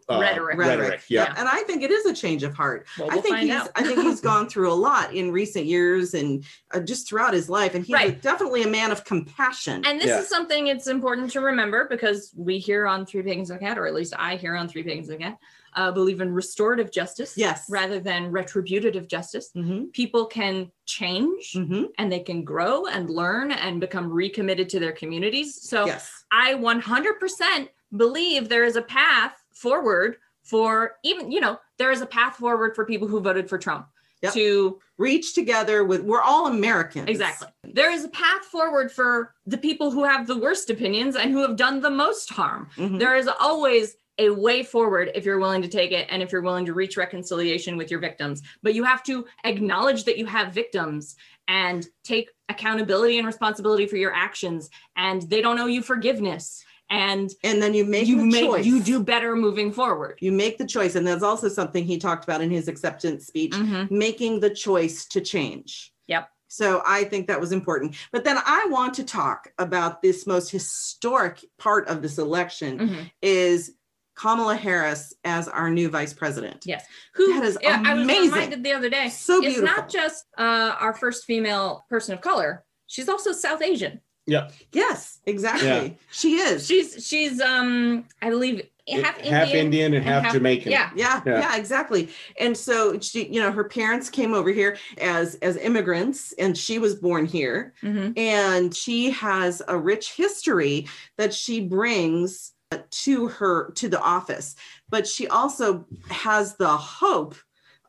[SPEAKER 3] uh,
[SPEAKER 7] Rhetoric.
[SPEAKER 3] rhetoric. Yeah.
[SPEAKER 8] and I think it is a change of heart.
[SPEAKER 7] Well,
[SPEAKER 8] I
[SPEAKER 7] we'll
[SPEAKER 8] think
[SPEAKER 7] find
[SPEAKER 8] he's
[SPEAKER 7] out.
[SPEAKER 8] I think he's gone through a lot in recent years and uh, just throughout his life, and he's
[SPEAKER 7] Right.
[SPEAKER 8] definitely a man of compassion.
[SPEAKER 7] And this
[SPEAKER 3] Yeah.
[SPEAKER 7] is something it's important to remember because we hear on Three Pagans and a Cat, or at least I hear on Three Pagans and a Cat, uh, believe in restorative justice
[SPEAKER 8] yes,
[SPEAKER 7] rather than retributive justice.
[SPEAKER 8] Mm-hmm.
[SPEAKER 7] People can change
[SPEAKER 8] Mm-hmm.
[SPEAKER 7] and they can grow and learn and become recommitted to their communities. So
[SPEAKER 8] Yes.
[SPEAKER 7] I 100% believe there is a path forward for even, you know, there is a path forward for people who voted for Trump
[SPEAKER 8] Yep.
[SPEAKER 7] to
[SPEAKER 8] Reach together with we're all Americans.
[SPEAKER 7] Exactly. There is a path forward for the people who have the worst opinions and who have done the most harm.
[SPEAKER 8] Mhm.
[SPEAKER 7] There is always a way forward if you're willing to take it and if you're willing to reach reconciliation with your victims. But you have to acknowledge that you have victims and take accountability and responsibility for your actions. And they don't owe you forgiveness. And
[SPEAKER 8] And then you make
[SPEAKER 7] you
[SPEAKER 8] the
[SPEAKER 7] make
[SPEAKER 8] choice.
[SPEAKER 7] you do better moving forward.
[SPEAKER 8] You make the choice, and that's also something he talked about in his acceptance speech.
[SPEAKER 7] Mm-hmm.
[SPEAKER 8] making the choice to change.
[SPEAKER 7] Yep.
[SPEAKER 8] So I think that was important. But then I want to talk about this most historic part of this election
[SPEAKER 7] Mhm.
[SPEAKER 8] is Kamala Harris as our new vice president.
[SPEAKER 7] Yes. Who
[SPEAKER 8] That is
[SPEAKER 7] yeah, I was
[SPEAKER 8] amazing.
[SPEAKER 7] reminded the other day.
[SPEAKER 8] So
[SPEAKER 7] it's
[SPEAKER 8] beautiful.
[SPEAKER 7] not just uh, our first female person of color. She's also South Asian.
[SPEAKER 8] Yes, exactly.
[SPEAKER 3] Yeah.
[SPEAKER 8] She is.
[SPEAKER 7] She's she's um I believe half Indian.
[SPEAKER 3] and, half, Jamaican.
[SPEAKER 7] Yeah.
[SPEAKER 8] yeah, yeah,
[SPEAKER 3] Yeah.
[SPEAKER 8] exactly. And so she, you know, her parents came over here as as immigrants and she was born here.
[SPEAKER 7] Mhm.
[SPEAKER 8] and she has a rich history that she brings uh, to her to the office but she also has the hope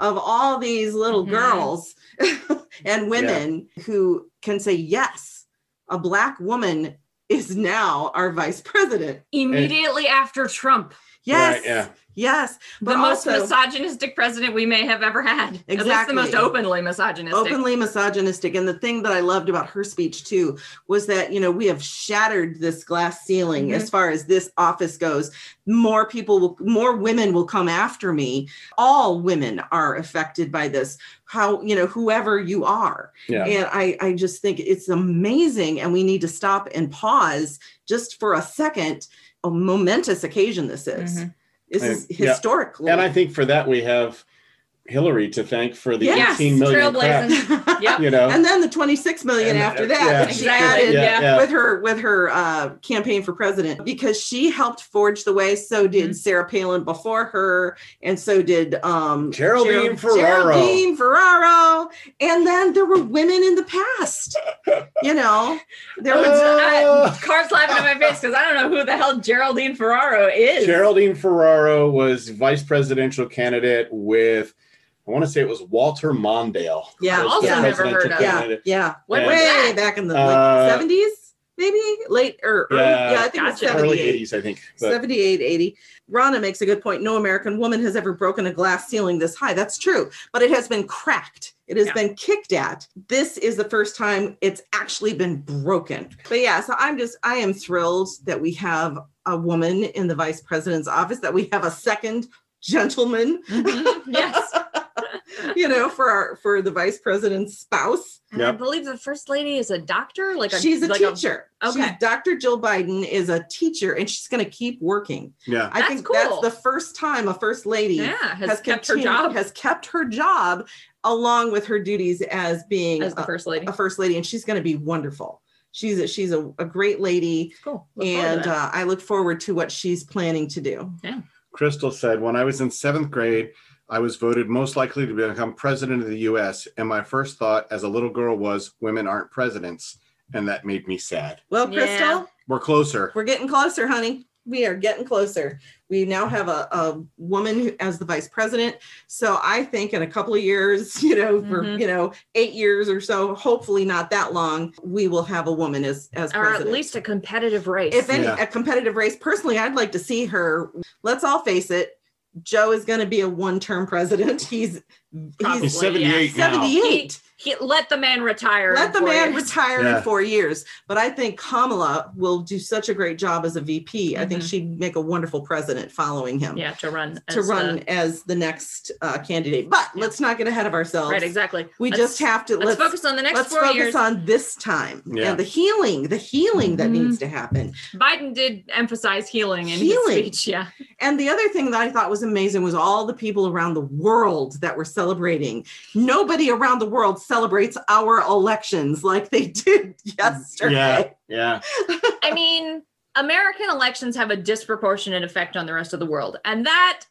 [SPEAKER 8] of all these little
[SPEAKER 3] Mm-hmm.
[SPEAKER 7] Mhm.
[SPEAKER 8] girls and women who can say yes a black woman is now our vice president
[SPEAKER 7] Immediately after Trump,
[SPEAKER 8] yes
[SPEAKER 3] Right, yeah.
[SPEAKER 8] yes
[SPEAKER 7] the
[SPEAKER 8] but
[SPEAKER 7] most
[SPEAKER 8] also
[SPEAKER 7] misogynistic president we may have ever had. At least the
[SPEAKER 8] Exactly.
[SPEAKER 7] most openly misogynistic.
[SPEAKER 8] openly misogynistic and the thing that i loved about her speech too was that you know we have shattered this glass ceiling
[SPEAKER 3] Mm-hmm.
[SPEAKER 7] Mhm.
[SPEAKER 8] as far as this office goes more people will more women will come after me all women are affected by this how you know whoever you are
[SPEAKER 3] Yeah.
[SPEAKER 8] and i i just think it's amazing and we need to stop and pause just for a second a momentous occasion this is
[SPEAKER 7] Mhm.
[SPEAKER 8] this is
[SPEAKER 3] And- Mm-hmm. yeah.
[SPEAKER 8] historical
[SPEAKER 3] And I think for that we have Hillary to thank for the
[SPEAKER 8] Yes,
[SPEAKER 3] 18 million
[SPEAKER 7] trailblazing.
[SPEAKER 3] crap,
[SPEAKER 7] Yep.
[SPEAKER 3] you know.
[SPEAKER 8] and then the 26 million
[SPEAKER 3] And,
[SPEAKER 8] after
[SPEAKER 3] uh,
[SPEAKER 8] that
[SPEAKER 3] yeah.
[SPEAKER 8] that she
[SPEAKER 7] Exactly,
[SPEAKER 8] added
[SPEAKER 7] yeah.
[SPEAKER 8] with her with her uh, campaign for president because she helped forge the way so did
[SPEAKER 7] Mhm.
[SPEAKER 8] sarah palin before her and so did um
[SPEAKER 3] Geraldine Ferraro.
[SPEAKER 8] geraldine ferraro and then there were women in the past you know there was
[SPEAKER 3] Uh,
[SPEAKER 7] Cars laughing in my face because I don't know who the hell Geraldine Ferraro is.
[SPEAKER 3] Geraldine Ferraro was vice presidential candidate with, I want to say it was Walter Mondale.
[SPEAKER 8] Yeah,
[SPEAKER 3] was
[SPEAKER 7] also
[SPEAKER 3] the
[SPEAKER 7] never
[SPEAKER 3] presidential
[SPEAKER 7] heard of.
[SPEAKER 8] yeah
[SPEAKER 3] candidate.
[SPEAKER 8] yeah
[SPEAKER 7] What
[SPEAKER 3] And-
[SPEAKER 7] was
[SPEAKER 8] way
[SPEAKER 7] that?
[SPEAKER 8] back in the
[SPEAKER 3] Uh,
[SPEAKER 8] like 70s maybe late or early,
[SPEAKER 3] Yeah,
[SPEAKER 8] yeah i think
[SPEAKER 7] gotcha.
[SPEAKER 8] it was
[SPEAKER 3] Early
[SPEAKER 8] 78
[SPEAKER 3] 80s, I think. But,
[SPEAKER 8] 78, 80. Rana makes a good point. No American woman has ever broken a glass ceiling this high. That's true, but it has been cracked. It has
[SPEAKER 7] Yeah.
[SPEAKER 8] been kicked at. This is the first time it's actually been broken. But yeah, so I'm just, I am thrilled that we have a woman in the vice president's office, that we have a second gentleman,
[SPEAKER 7] Mhm. yes.
[SPEAKER 8] you know, for our, for the vice president's spouse.
[SPEAKER 7] And I
[SPEAKER 3] Yep.
[SPEAKER 7] believe the first lady is a doctor, like a
[SPEAKER 8] she's a
[SPEAKER 7] like
[SPEAKER 8] teacher.
[SPEAKER 7] okay.
[SPEAKER 8] She's- Dr. Jill Biden is a teacher and she's going to keep working.
[SPEAKER 3] yeah.
[SPEAKER 8] I
[SPEAKER 7] That's
[SPEAKER 8] think
[SPEAKER 7] cool.
[SPEAKER 8] that's the first time a first lady
[SPEAKER 7] yeah, has, kept her
[SPEAKER 8] continued-
[SPEAKER 7] job
[SPEAKER 8] has kept her job along with her duties as being
[SPEAKER 7] as the
[SPEAKER 8] a,
[SPEAKER 7] first lady.
[SPEAKER 8] a first lady, and she's going to be wonderful. She's a, she's a, a great lady,
[SPEAKER 7] Cool.
[SPEAKER 8] and uh, I look forward to what she's planning to do.
[SPEAKER 3] Crystal said, when I was in seventh grade, I was voted most likely to become president of the US. And my first thought as a little girl was, women aren't presidents. And that made me sad.
[SPEAKER 8] Well,
[SPEAKER 7] Yeah.
[SPEAKER 8] Crystal,
[SPEAKER 3] We're closer.
[SPEAKER 8] we're getting closer, honey. we are getting closer. We now have a, a woman who, as the vice president. So I think in a couple of years, you know, for
[SPEAKER 7] Mhm.
[SPEAKER 8] you know, eight years or so, hopefully not that long, we will have a woman as as
[SPEAKER 7] uh, or
[SPEAKER 8] president.
[SPEAKER 7] at least a competitive race.
[SPEAKER 8] if any
[SPEAKER 3] Yeah.
[SPEAKER 8] a competitive race, personally, I'd like to see her. Let's all face it, Joe is going to be a one-term president. He's
[SPEAKER 7] Probably,
[SPEAKER 8] he's
[SPEAKER 3] He's 78
[SPEAKER 7] yes.
[SPEAKER 3] now.
[SPEAKER 8] 78.
[SPEAKER 7] He- let the man retire.
[SPEAKER 8] Let the
[SPEAKER 7] for
[SPEAKER 8] man
[SPEAKER 7] it.
[SPEAKER 8] retire
[SPEAKER 3] Yeah.
[SPEAKER 8] in four years. But I think Kamala will do such a great job as a VP. I think
[SPEAKER 7] Mhm.
[SPEAKER 8] she'd make a wonderful president following him
[SPEAKER 7] Yeah, to run.
[SPEAKER 8] to
[SPEAKER 7] as
[SPEAKER 8] run
[SPEAKER 7] the-
[SPEAKER 8] as the next uh, candidate. But
[SPEAKER 7] Yeah.
[SPEAKER 8] let's not get ahead of ourselves.
[SPEAKER 7] right, exactly.
[SPEAKER 8] We
[SPEAKER 7] Let's-
[SPEAKER 8] just have to
[SPEAKER 7] let's,
[SPEAKER 8] let's
[SPEAKER 7] focus on the next
[SPEAKER 8] let's
[SPEAKER 7] four
[SPEAKER 8] focus
[SPEAKER 7] years.
[SPEAKER 8] on this time
[SPEAKER 3] Yeah.
[SPEAKER 8] and the healing, the healing that
[SPEAKER 7] Mhm.
[SPEAKER 8] needs to happen.
[SPEAKER 7] Biden did emphasize healing in
[SPEAKER 8] Healing.
[SPEAKER 7] his speech. Yeah.
[SPEAKER 8] And the other thing that I thought was amazing was all the people around the world that were celebrating. Nobody around the world celebrates our elections like they did yesterday.
[SPEAKER 3] Yeah, yeah.
[SPEAKER 7] I mean, American elections have a disproportionate effect on the rest of the world, and that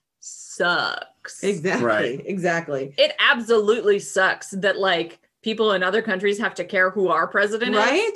[SPEAKER 7] sucks.
[SPEAKER 8] Exactly.
[SPEAKER 3] Right.
[SPEAKER 8] Exactly.
[SPEAKER 7] It absolutely sucks that like people in other countries have to care who our president is.
[SPEAKER 8] Right?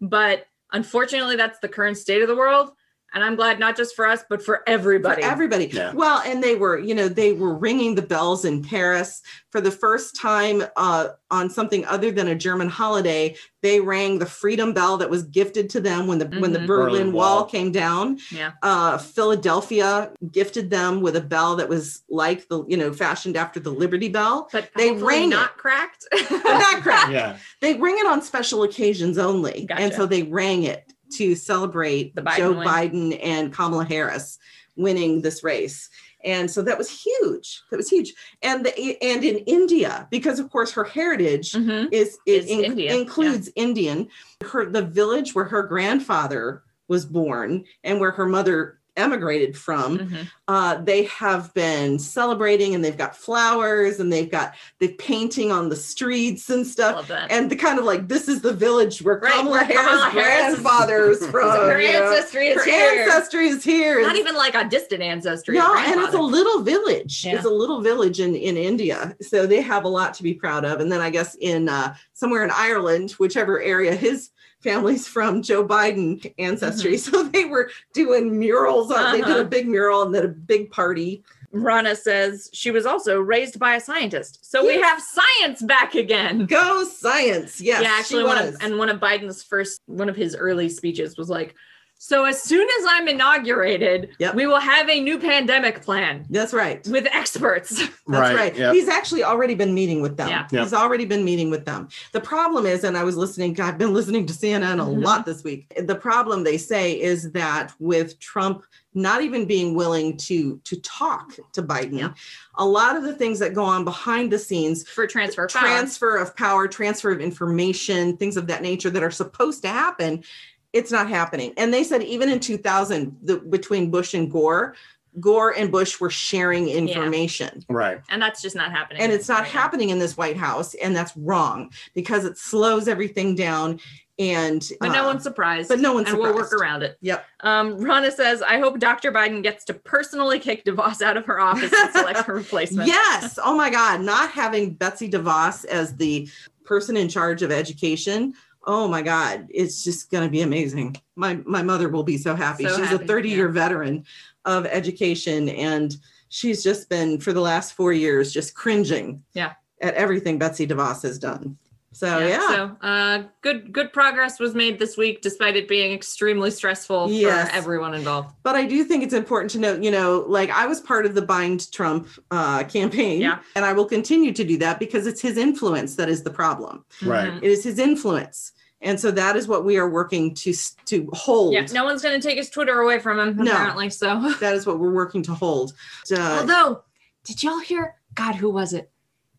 [SPEAKER 7] But unfortunately, that's the current state of the world. And I'm glad not just for us, but for everybody.
[SPEAKER 8] For everybody.
[SPEAKER 3] Yeah.
[SPEAKER 8] Well, and they were, you know, they were ringing the bells in Paris for the first time uh, on something other than a German holiday. They rang the freedom bell that was gifted to them when the when the
[SPEAKER 7] Mhm.
[SPEAKER 8] Berlin,
[SPEAKER 3] Berlin
[SPEAKER 8] Wall.
[SPEAKER 3] Wall.
[SPEAKER 8] came down.
[SPEAKER 7] Yeah.
[SPEAKER 8] Uh, Philadelphia gifted them with a bell that was like the you know fashioned after the Liberty Bell.
[SPEAKER 7] but
[SPEAKER 8] They
[SPEAKER 7] hopefully
[SPEAKER 8] rang
[SPEAKER 7] not cracked. Mm-hmm.
[SPEAKER 8] But not crap.
[SPEAKER 3] Yeah.
[SPEAKER 8] They ring it on special occasions only, and
[SPEAKER 7] Gotcha.
[SPEAKER 8] so they rang it to celebrate
[SPEAKER 7] The Biden
[SPEAKER 8] Joe
[SPEAKER 7] win.
[SPEAKER 8] Biden and Kamala Harris winning this race. And so that was huge. That was huge. And the, and in India, because of course her heritage
[SPEAKER 7] Mhm.
[SPEAKER 8] is, is,
[SPEAKER 7] Is India,
[SPEAKER 8] includes Indian. Her the village where her grandfather was born and where her mother emigrated from.
[SPEAKER 7] Mhm.
[SPEAKER 8] Uh, they have been celebrating, and they've got flowers, and they've got the painting on the streets and stuff
[SPEAKER 7] Love that.
[SPEAKER 8] Uh, and the kind of like this is the village where
[SPEAKER 7] Right,
[SPEAKER 8] Kamala
[SPEAKER 7] where
[SPEAKER 8] Harris'
[SPEAKER 7] Kamala Harris is-
[SPEAKER 8] grandfather's from.
[SPEAKER 7] Oh, her
[SPEAKER 8] you know.
[SPEAKER 7] ancestry is
[SPEAKER 8] Her
[SPEAKER 7] here.
[SPEAKER 8] ancestry is here.
[SPEAKER 7] Not
[SPEAKER 8] It's-
[SPEAKER 7] even like a distant ancestry.
[SPEAKER 8] no, and
[SPEAKER 7] a
[SPEAKER 8] it's a
[SPEAKER 7] grandfather.
[SPEAKER 8] little village.
[SPEAKER 7] Yeah.
[SPEAKER 8] It's a little village in, in India. So they have a lot to be proud of. And then I guess in uh, somewhere in Ireland, whichever area his family's from, Joe Biden ancestry. So they were doing murals. On, They did
[SPEAKER 7] Mm-hmm. Uh-huh.
[SPEAKER 8] a big mural and then a big party.
[SPEAKER 7] Rana says she was also raised by a scientist. So we have science back again.
[SPEAKER 8] Go science. Yes.
[SPEAKER 7] yeah, actually
[SPEAKER 8] she
[SPEAKER 7] one
[SPEAKER 8] was.
[SPEAKER 7] of and one of Biden's first one of his early speeches was like, so as soon as I'm inaugurated,
[SPEAKER 8] Yep.
[SPEAKER 7] we will have a new pandemic plan
[SPEAKER 8] That's right.
[SPEAKER 7] with experts.
[SPEAKER 8] That's right.
[SPEAKER 3] Yeah.
[SPEAKER 8] He's actually already been meeting with them.
[SPEAKER 7] Yeah.
[SPEAKER 3] Yeah.
[SPEAKER 8] He's already been meeting with them. The problem is, and I was listening, God, I've been listening to CNN a
[SPEAKER 7] Mhm.
[SPEAKER 8] lot this week. The problem they say is that with Trump not even being willing to to talk to Biden,
[SPEAKER 7] Yeah.
[SPEAKER 8] a lot of the things that go on behind the scenes
[SPEAKER 7] For transfer of power.
[SPEAKER 8] transfer of power, transfer of information, things of that nature that are supposed to happen, it's not happening. And they said even in 2000, the, between Bush and Gore, Gore and Bush were sharing information.
[SPEAKER 3] Right.
[SPEAKER 7] and that's just not happening.
[SPEAKER 8] And it's not
[SPEAKER 7] right now.
[SPEAKER 8] happening in this White House, and that's wrong because it slows everything down. And
[SPEAKER 7] But no
[SPEAKER 8] uh,
[SPEAKER 7] one's surprised.
[SPEAKER 8] but no one's
[SPEAKER 7] and we'll work
[SPEAKER 8] surprised.
[SPEAKER 7] around it.
[SPEAKER 8] Yep.
[SPEAKER 7] Um, Rana says, I hope Dr. Biden gets to personally kick DeVos out of her office and select her replacement.
[SPEAKER 8] Yes. Oh my God. Not having Betsy DeVos as the person in charge of education. Oh my God. It's just going to be amazing. My, my mother will be so happy.
[SPEAKER 7] So
[SPEAKER 8] she's
[SPEAKER 7] happy,
[SPEAKER 8] a 30 year veteran of education and she's just been for the last four years just cringing
[SPEAKER 7] Yeah.
[SPEAKER 8] at everything Betsy DeVos has done. So yeah.
[SPEAKER 7] So uh, good good progress was made this week, despite it being extremely stressful
[SPEAKER 8] Yes.
[SPEAKER 7] for everyone involved.
[SPEAKER 8] But I do think it's important to note, you know, like I was part of the bind Trump uh, campaign,
[SPEAKER 7] Yeah.
[SPEAKER 8] and I will continue to do that because it's his influence that is the problem.
[SPEAKER 3] Right.
[SPEAKER 7] Mhm.
[SPEAKER 8] It is his influence, and so that is what we are working to s- to hold.
[SPEAKER 7] Yeah, no one's going to take his Twitter away from him,
[SPEAKER 8] No.
[SPEAKER 7] apparently. So,
[SPEAKER 8] That is what we're working to hold. Uh,
[SPEAKER 7] although, did y'all hear? God, who was it?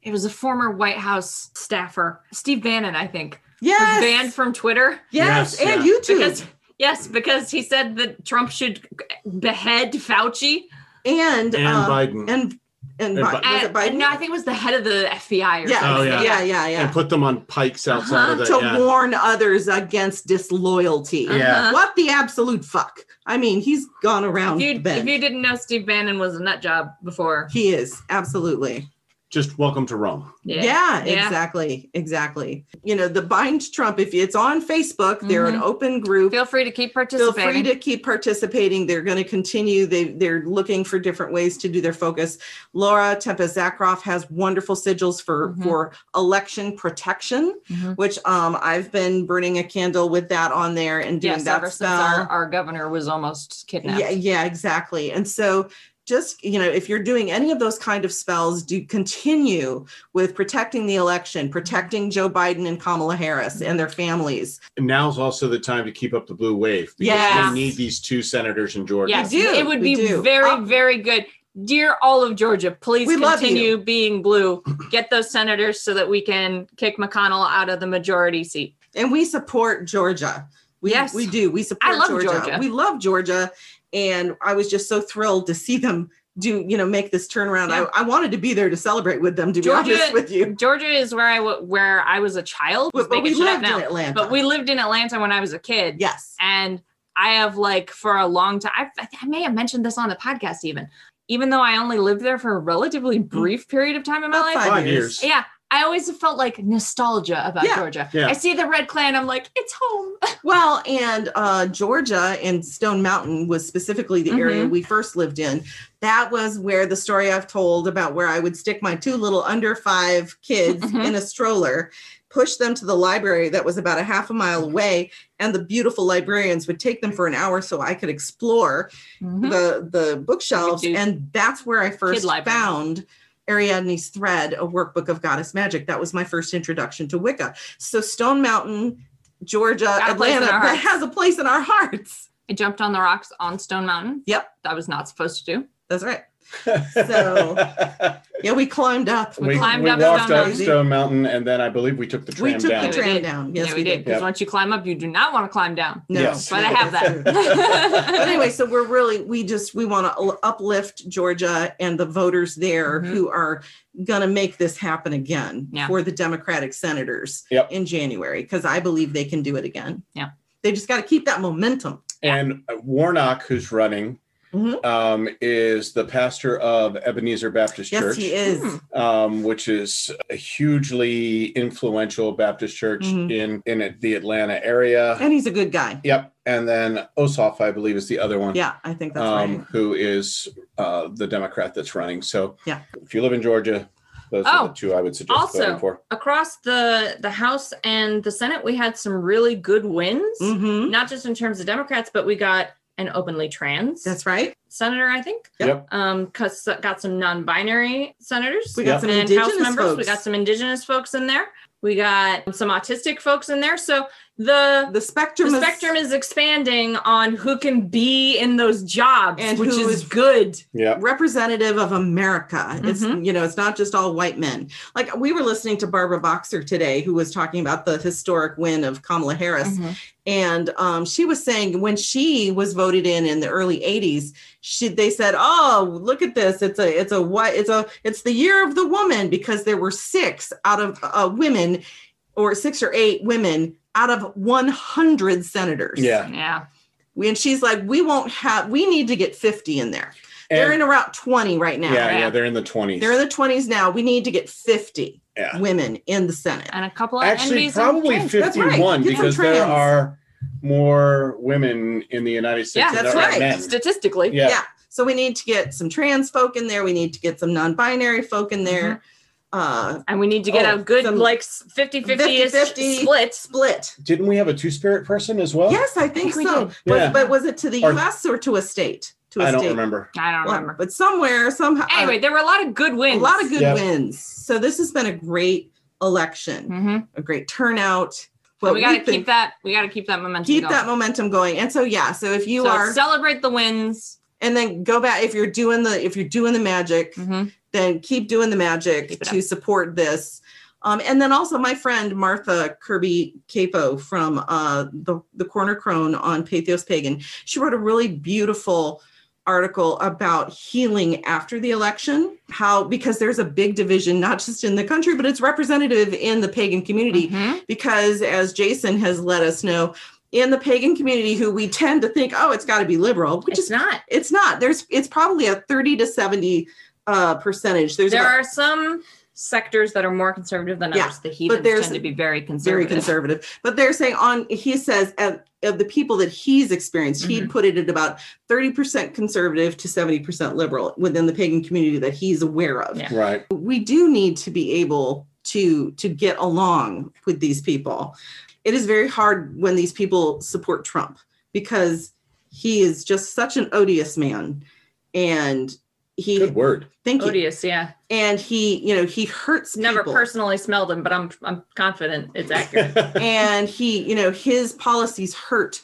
[SPEAKER 7] It was a former White House staffer, Steve Bannon, I think,
[SPEAKER 8] yes,
[SPEAKER 7] was banned from Twitter.
[SPEAKER 8] yes,
[SPEAKER 3] Yes,
[SPEAKER 8] and
[SPEAKER 3] yeah.
[SPEAKER 8] YouTube,
[SPEAKER 7] Because, yes, because he said that Trump should behead Fauci.
[SPEAKER 8] and
[SPEAKER 3] And
[SPEAKER 8] uh,
[SPEAKER 3] Biden.
[SPEAKER 8] and and,
[SPEAKER 3] And
[SPEAKER 8] Bi-
[SPEAKER 3] Bi-
[SPEAKER 8] was
[SPEAKER 7] And,
[SPEAKER 8] it Biden?
[SPEAKER 7] no, I think it was the head of the FBI or
[SPEAKER 8] yeah,
[SPEAKER 3] Oh,
[SPEAKER 7] something.
[SPEAKER 3] yeah.
[SPEAKER 8] yeah, yeah, yeah, Uh-huh.
[SPEAKER 3] And put them on pikes outside of the.
[SPEAKER 8] to
[SPEAKER 3] yeah.
[SPEAKER 8] warn others against disloyalty.
[SPEAKER 3] Yeah.
[SPEAKER 8] What the absolute fuck? I mean, he's gone around.
[SPEAKER 7] Uh-huh. If you,
[SPEAKER 8] Ben.
[SPEAKER 7] if you didn't know, Steve Bannon was a nut job before.
[SPEAKER 8] He is absolutely.
[SPEAKER 3] just welcome to Rome.
[SPEAKER 7] Yeah.
[SPEAKER 8] Yeah,
[SPEAKER 7] Yeah.
[SPEAKER 8] exactly. Exactly. You know, the bind Trump, if it's on Facebook, they're an open group.
[SPEAKER 7] Mm-hmm. Feel free to keep
[SPEAKER 8] Feel
[SPEAKER 7] participating.
[SPEAKER 8] free to keep participating. They're going to continue. They they're looking for different ways to do their focus. Laura Tempest Zakroff has wonderful sigils for
[SPEAKER 7] Mhm.
[SPEAKER 8] for election protection,
[SPEAKER 7] Mhm.
[SPEAKER 8] which um I've been burning a candle with that on there and doing
[SPEAKER 7] yes,
[SPEAKER 8] that
[SPEAKER 7] ever since
[SPEAKER 8] spell.
[SPEAKER 7] our, our governor was almost kidnapped.
[SPEAKER 8] Yeah, yeah, exactly. And so just, you know, if you're doing any of those kind of spells, do continue with protecting the election, protecting Joe Biden and Kamala Harris and their families.
[SPEAKER 3] And now's also the time to keep up the blue wave because
[SPEAKER 8] Yes.
[SPEAKER 3] we need these two senators in Georgia.
[SPEAKER 7] Yes,
[SPEAKER 8] do,
[SPEAKER 7] it would
[SPEAKER 8] we
[SPEAKER 7] be
[SPEAKER 8] do.
[SPEAKER 7] very,
[SPEAKER 8] Uh,
[SPEAKER 7] very good. Dear all of Georgia, please
[SPEAKER 8] We love
[SPEAKER 7] continue being blue. Get those senators so that we can kick McConnell out of the majority seat.
[SPEAKER 8] And we support Georgia. We,
[SPEAKER 7] Yes.
[SPEAKER 8] we do. We support
[SPEAKER 7] love
[SPEAKER 8] Georgia.
[SPEAKER 7] Georgia.
[SPEAKER 8] We love Georgia. And I was just so thrilled to see them do, you know, make this turnaround.
[SPEAKER 7] Yeah.
[SPEAKER 8] I, I wanted to be there to celebrate with them, to
[SPEAKER 7] Georgia-
[SPEAKER 8] be honest with you.
[SPEAKER 7] Georgia is where I w- where I was a child.
[SPEAKER 8] But, but
[SPEAKER 7] Making
[SPEAKER 8] we
[SPEAKER 7] shit up
[SPEAKER 8] lived in
[SPEAKER 7] now.
[SPEAKER 8] Atlanta.
[SPEAKER 7] But we lived in Atlanta when I was a kid.
[SPEAKER 8] yes.
[SPEAKER 7] And I have like for a long time, I, I may have mentioned this on the podcast even, even though I only lived there for a relatively
[SPEAKER 8] Mm.
[SPEAKER 7] brief period of time in my
[SPEAKER 8] About
[SPEAKER 7] life.
[SPEAKER 3] Five years.
[SPEAKER 7] Yeah. I always felt like nostalgia about
[SPEAKER 8] Yeah.
[SPEAKER 7] Georgia.
[SPEAKER 3] Yeah.
[SPEAKER 7] I see the red clan, I'm like, it's home.
[SPEAKER 8] Well, and uh, Georgia and Stone Mountain was specifically the area we first lived in. That was where the story I've told about where I would stick my two little under five kids
[SPEAKER 7] Mhm.
[SPEAKER 8] in a stroller, push them to the library that was about a half a mile away, and the beautiful librarians would take them for an hour so I could explore the the bookshelves.
[SPEAKER 7] do-
[SPEAKER 8] And that's where I first
[SPEAKER 7] library.
[SPEAKER 8] found. Ariadne's Thread, a workbook of goddess magic. That was my first introduction to Wicca. So Stone Mountain, Georgia,
[SPEAKER 7] Got a place in
[SPEAKER 8] Atlanta,
[SPEAKER 7] our
[SPEAKER 8] that
[SPEAKER 7] hearts.
[SPEAKER 8] has a place in our hearts.
[SPEAKER 7] I jumped on the rocks on Stone Mountain.
[SPEAKER 8] Yep.
[SPEAKER 7] That was not supposed to do.
[SPEAKER 8] That's right. So- Yeah, we climbed up.
[SPEAKER 3] we,
[SPEAKER 7] climbed
[SPEAKER 3] we
[SPEAKER 7] up
[SPEAKER 3] walked
[SPEAKER 7] Stone
[SPEAKER 3] up
[SPEAKER 7] Mountain.
[SPEAKER 3] Stone Mountain and then I believe we took the
[SPEAKER 8] We
[SPEAKER 3] tram
[SPEAKER 8] took
[SPEAKER 3] down.
[SPEAKER 8] the
[SPEAKER 7] We
[SPEAKER 8] tram
[SPEAKER 7] did.
[SPEAKER 8] down. Yes,
[SPEAKER 7] yeah,
[SPEAKER 8] we did.
[SPEAKER 7] Because
[SPEAKER 3] Yep.
[SPEAKER 7] once you climb up, you do not want to climb down.
[SPEAKER 8] No,
[SPEAKER 3] Yes.
[SPEAKER 7] But I have
[SPEAKER 8] that's true.
[SPEAKER 7] that.
[SPEAKER 8] but anyway, so we're really we just we want to uplift Georgia and the voters there
[SPEAKER 7] Mhm.
[SPEAKER 8] who are going to make this happen again
[SPEAKER 7] Yeah.
[SPEAKER 8] for the Democratic senators
[SPEAKER 3] Yep.
[SPEAKER 8] in January because I believe they can do it again.
[SPEAKER 7] Yeah.
[SPEAKER 8] they just got to keep that momentum.
[SPEAKER 3] And Warnock, who's running,
[SPEAKER 8] Mhm.
[SPEAKER 3] um, is the pastor of Ebenezer Baptist
[SPEAKER 8] Yes,
[SPEAKER 3] Church,
[SPEAKER 8] he is.
[SPEAKER 7] Hmm.
[SPEAKER 3] um, which is a hugely influential Baptist church
[SPEAKER 8] Mhm.
[SPEAKER 3] in in the Atlanta area.
[SPEAKER 8] and he's a good guy.
[SPEAKER 3] yep, and then Ossoff, I believe, is the other one.
[SPEAKER 8] Yeah, I think that's
[SPEAKER 3] um,
[SPEAKER 8] right.
[SPEAKER 3] who is uh, the Democrat that's running. So
[SPEAKER 8] Yeah.
[SPEAKER 3] if you live in Georgia, those are
[SPEAKER 7] Oh,
[SPEAKER 3] the two I would suggest
[SPEAKER 7] also-
[SPEAKER 3] voting for.
[SPEAKER 7] Across the the House and the Senate, we had some really good wins.
[SPEAKER 8] Mm-hmm.
[SPEAKER 7] Not just in terms of Democrats, but we got an openly trans
[SPEAKER 8] That's right.
[SPEAKER 7] senator, I think.
[SPEAKER 3] Yep.
[SPEAKER 7] Um, cause got some non-binary senators.
[SPEAKER 8] We got some
[SPEAKER 7] and
[SPEAKER 8] indigenous
[SPEAKER 7] House members.
[SPEAKER 8] folks.
[SPEAKER 7] We got some indigenous folks in there. We got some autistic folks in there. So the
[SPEAKER 8] the spectrum.
[SPEAKER 7] the
[SPEAKER 8] is-
[SPEAKER 7] spectrum is expanding on who can be in those jobs,
[SPEAKER 8] And
[SPEAKER 7] which
[SPEAKER 8] who
[SPEAKER 7] is
[SPEAKER 8] is-
[SPEAKER 7] good.
[SPEAKER 3] Yeah.
[SPEAKER 8] representative of America. It's
[SPEAKER 7] Mhm.
[SPEAKER 8] you know, it's not just all white men. Like we were listening to Barbara Boxer today, who was talking about the historic win of Kamala Harris,
[SPEAKER 7] Mm-hmm.
[SPEAKER 8] and um, she was saying when she was voted in in the early '80s, she they said, "Oh, look at this! It's a it's a what it's a it's the year of the woman because there were six out of uh, women, or six or eight women." Out of 100 senators.
[SPEAKER 3] Yeah.
[SPEAKER 7] Yeah.
[SPEAKER 8] And she's like, we won't have, we need to get 50 in there. They're in
[SPEAKER 3] And-
[SPEAKER 8] around 20 right now.
[SPEAKER 3] yeah, yeah,
[SPEAKER 7] Yeah.
[SPEAKER 3] they're in the 20s.
[SPEAKER 8] They're in the 20s now. We need to get 50
[SPEAKER 3] Yeah.
[SPEAKER 8] women in the Senate.
[SPEAKER 7] And a couple of
[SPEAKER 3] Actually,
[SPEAKER 7] NBs and
[SPEAKER 3] probably
[SPEAKER 7] trans.
[SPEAKER 8] That's right.
[SPEAKER 3] 51
[SPEAKER 8] Get some
[SPEAKER 3] because there
[SPEAKER 8] trans.
[SPEAKER 3] are more women in the United States
[SPEAKER 7] Yeah,
[SPEAKER 3] than
[SPEAKER 8] that's
[SPEAKER 3] there are
[SPEAKER 8] right.
[SPEAKER 3] men.
[SPEAKER 7] Statistically.
[SPEAKER 3] Yeah.
[SPEAKER 8] Yeah. So we need to get some trans folk in there. We need to get some non binary folk in there.
[SPEAKER 7] Mm-hmm.
[SPEAKER 8] Uh,
[SPEAKER 7] And we need to get
[SPEAKER 8] Oh,
[SPEAKER 7] a good
[SPEAKER 8] some-
[SPEAKER 7] like 50 50
[SPEAKER 8] 50-50.
[SPEAKER 7] split.
[SPEAKER 8] split.
[SPEAKER 3] Didn't we have a two spirit person as well?
[SPEAKER 8] Yes, I think,
[SPEAKER 7] think we
[SPEAKER 8] so.
[SPEAKER 7] did.
[SPEAKER 8] Was-
[SPEAKER 3] Oh. Yeah.
[SPEAKER 8] But was it to the
[SPEAKER 3] Or-
[SPEAKER 8] US or to a state? To a
[SPEAKER 3] I don't
[SPEAKER 8] state.
[SPEAKER 3] remember.
[SPEAKER 7] I don't
[SPEAKER 8] Well,
[SPEAKER 7] remember.
[SPEAKER 8] But somewhere, somehow. uh,
[SPEAKER 7] Anyway, there were a lot of good
[SPEAKER 8] a
[SPEAKER 7] wins.
[SPEAKER 8] lot of good
[SPEAKER 3] Yeah.
[SPEAKER 8] wins. So this has been a great election,
[SPEAKER 7] hmm
[SPEAKER 8] a great turnout.
[SPEAKER 7] But we got to
[SPEAKER 8] we've been-
[SPEAKER 7] keep that. We got to keep that momentum.
[SPEAKER 8] keep
[SPEAKER 7] going.
[SPEAKER 8] that momentum going. And so yeah, so if you
[SPEAKER 7] So
[SPEAKER 8] are
[SPEAKER 7] celebrate the wins.
[SPEAKER 8] and then go back if you're doing the if you're doing the magic,
[SPEAKER 7] Mhm.
[SPEAKER 8] then keep doing the magic
[SPEAKER 7] Keep it
[SPEAKER 8] to support this. Um, and then also my friend Martha Kirby Capo from uh, the the Corner Crone on Pathos Pagan. She wrote a really beautiful article about healing after the election. How because there's a big division not just in the country but it's representative in the pagan community
[SPEAKER 7] Mhm.
[SPEAKER 8] because as Jason has let us know, in the pagan community who we tend to think, oh, it's got to be liberal, which
[SPEAKER 7] It's
[SPEAKER 8] is
[SPEAKER 7] not.
[SPEAKER 8] it's not. There's it's probably a 30 to 70 uh percentage. There's
[SPEAKER 7] There
[SPEAKER 8] about-
[SPEAKER 7] are some sectors that are more conservative than
[SPEAKER 8] Yeah,
[SPEAKER 7] others. The heathens
[SPEAKER 8] there's-
[SPEAKER 7] tend to be very
[SPEAKER 8] very
[SPEAKER 7] conservative.
[SPEAKER 8] conservative. But they're saying on he says of, of the people that he's experienced,
[SPEAKER 7] Mm-hmm.
[SPEAKER 8] he'd put it at about 30% conservative to 70% liberal within the pagan community that he's aware of.
[SPEAKER 7] Yeah.
[SPEAKER 3] Right.
[SPEAKER 8] We do need to be able to to get along with these people. It is very hard when these people support Trump because he is just such an odious man and he
[SPEAKER 3] Good word.
[SPEAKER 8] thank you.
[SPEAKER 7] Odious, yeah.
[SPEAKER 8] And he, you know, he hurts
[SPEAKER 7] Never
[SPEAKER 8] people.
[SPEAKER 7] personally smelled them, but I'm I'm confident it's accurate.
[SPEAKER 8] and he, you know, his policies hurt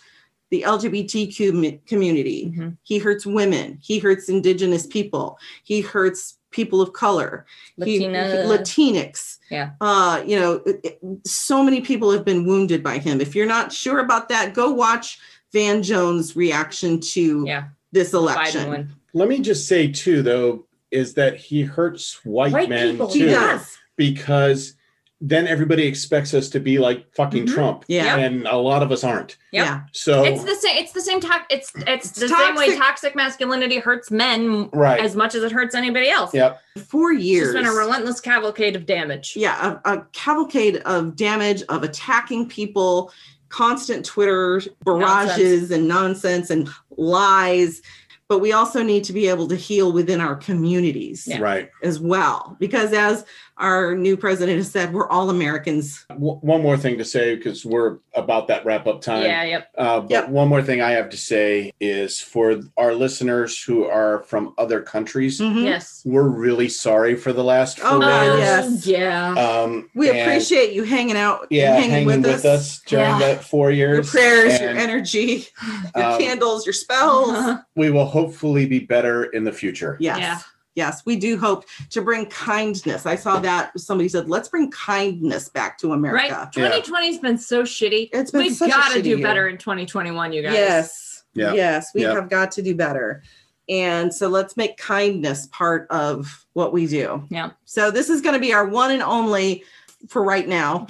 [SPEAKER 8] the LGBTQ mi- community.
[SPEAKER 7] Mhm.
[SPEAKER 8] He hurts women. He hurts indigenous people. He hurts people of color. He-
[SPEAKER 7] Latina.
[SPEAKER 8] he- Latinx.
[SPEAKER 7] Yeah.
[SPEAKER 8] Uh, you know, it- it- so many people have been wounded by him. If you're not sure about that, go watch Van Jones' reaction to
[SPEAKER 7] yeah.
[SPEAKER 8] this
[SPEAKER 7] Biden
[SPEAKER 8] election.
[SPEAKER 7] win.
[SPEAKER 3] Let me just say too, though, is that he hurts white,
[SPEAKER 7] White
[SPEAKER 3] men
[SPEAKER 7] people.
[SPEAKER 3] too,
[SPEAKER 8] He does.
[SPEAKER 3] because then everybody expects us to be like fucking
[SPEAKER 7] Mhm.
[SPEAKER 8] Mm-hmm.
[SPEAKER 3] Trump,
[SPEAKER 8] Yeah.
[SPEAKER 3] and a lot of us aren't.
[SPEAKER 7] Yep.
[SPEAKER 8] Yeah.
[SPEAKER 3] So
[SPEAKER 7] It's the same. It's the same. To- it's it's the same way
[SPEAKER 8] toxic.
[SPEAKER 7] toxic masculinity hurts men
[SPEAKER 3] right,
[SPEAKER 7] as much as it hurts anybody else.
[SPEAKER 3] yep,
[SPEAKER 8] Four
[SPEAKER 7] It's
[SPEAKER 8] years.
[SPEAKER 7] just been a relentless cavalcade of damage.
[SPEAKER 8] yeah a, a cavalcade of damage of attacking people constant twitter barrages and nonsense and lies but we also need to be able to heal within our communities
[SPEAKER 7] Yeah.
[SPEAKER 3] right.
[SPEAKER 8] as well because as our new president has said we're all americans
[SPEAKER 3] W- one more thing to say because we're about that wrap up time.
[SPEAKER 7] Yeah. Yep.
[SPEAKER 3] Uh, but
[SPEAKER 8] Yep.
[SPEAKER 3] one more thing I have to say is for our listeners who are from other countries,
[SPEAKER 7] Mm-hmm.
[SPEAKER 8] Hmm?
[SPEAKER 7] Yes.
[SPEAKER 3] we're really sorry for the last four
[SPEAKER 8] Mm. Oh, God,
[SPEAKER 3] rounds.
[SPEAKER 8] yes.
[SPEAKER 7] Yeah.
[SPEAKER 3] Um,
[SPEAKER 8] we
[SPEAKER 3] and-
[SPEAKER 8] appreciate you hanging out
[SPEAKER 3] yeah
[SPEAKER 8] and hanging, with, us,
[SPEAKER 3] during
[SPEAKER 7] Yeah.
[SPEAKER 3] that four
[SPEAKER 8] your
[SPEAKER 3] years.
[SPEAKER 8] prayers your
[SPEAKER 3] and,
[SPEAKER 8] energy your
[SPEAKER 3] um,
[SPEAKER 8] candles your spells
[SPEAKER 7] Uh-huh.
[SPEAKER 3] we will hopefully be better in the future.
[SPEAKER 8] Yes.
[SPEAKER 7] Yeah.
[SPEAKER 8] Yes, we do hope to bring kindness. I saw that somebody said, let's bring kindness back to
[SPEAKER 7] Right.
[SPEAKER 8] America.
[SPEAKER 7] 2020 has been so shitty.
[SPEAKER 8] It's been
[SPEAKER 7] We've
[SPEAKER 8] such a
[SPEAKER 7] got to
[SPEAKER 8] shitty
[SPEAKER 7] do
[SPEAKER 8] year.
[SPEAKER 7] better in 2021, you guys.
[SPEAKER 8] Yes.
[SPEAKER 3] Yeah.
[SPEAKER 8] Yes, we
[SPEAKER 3] Yeah.
[SPEAKER 8] have got to do better. And so let's make kindness part of what we do.
[SPEAKER 7] Yeah.
[SPEAKER 8] So this is going to be our one and only for right now.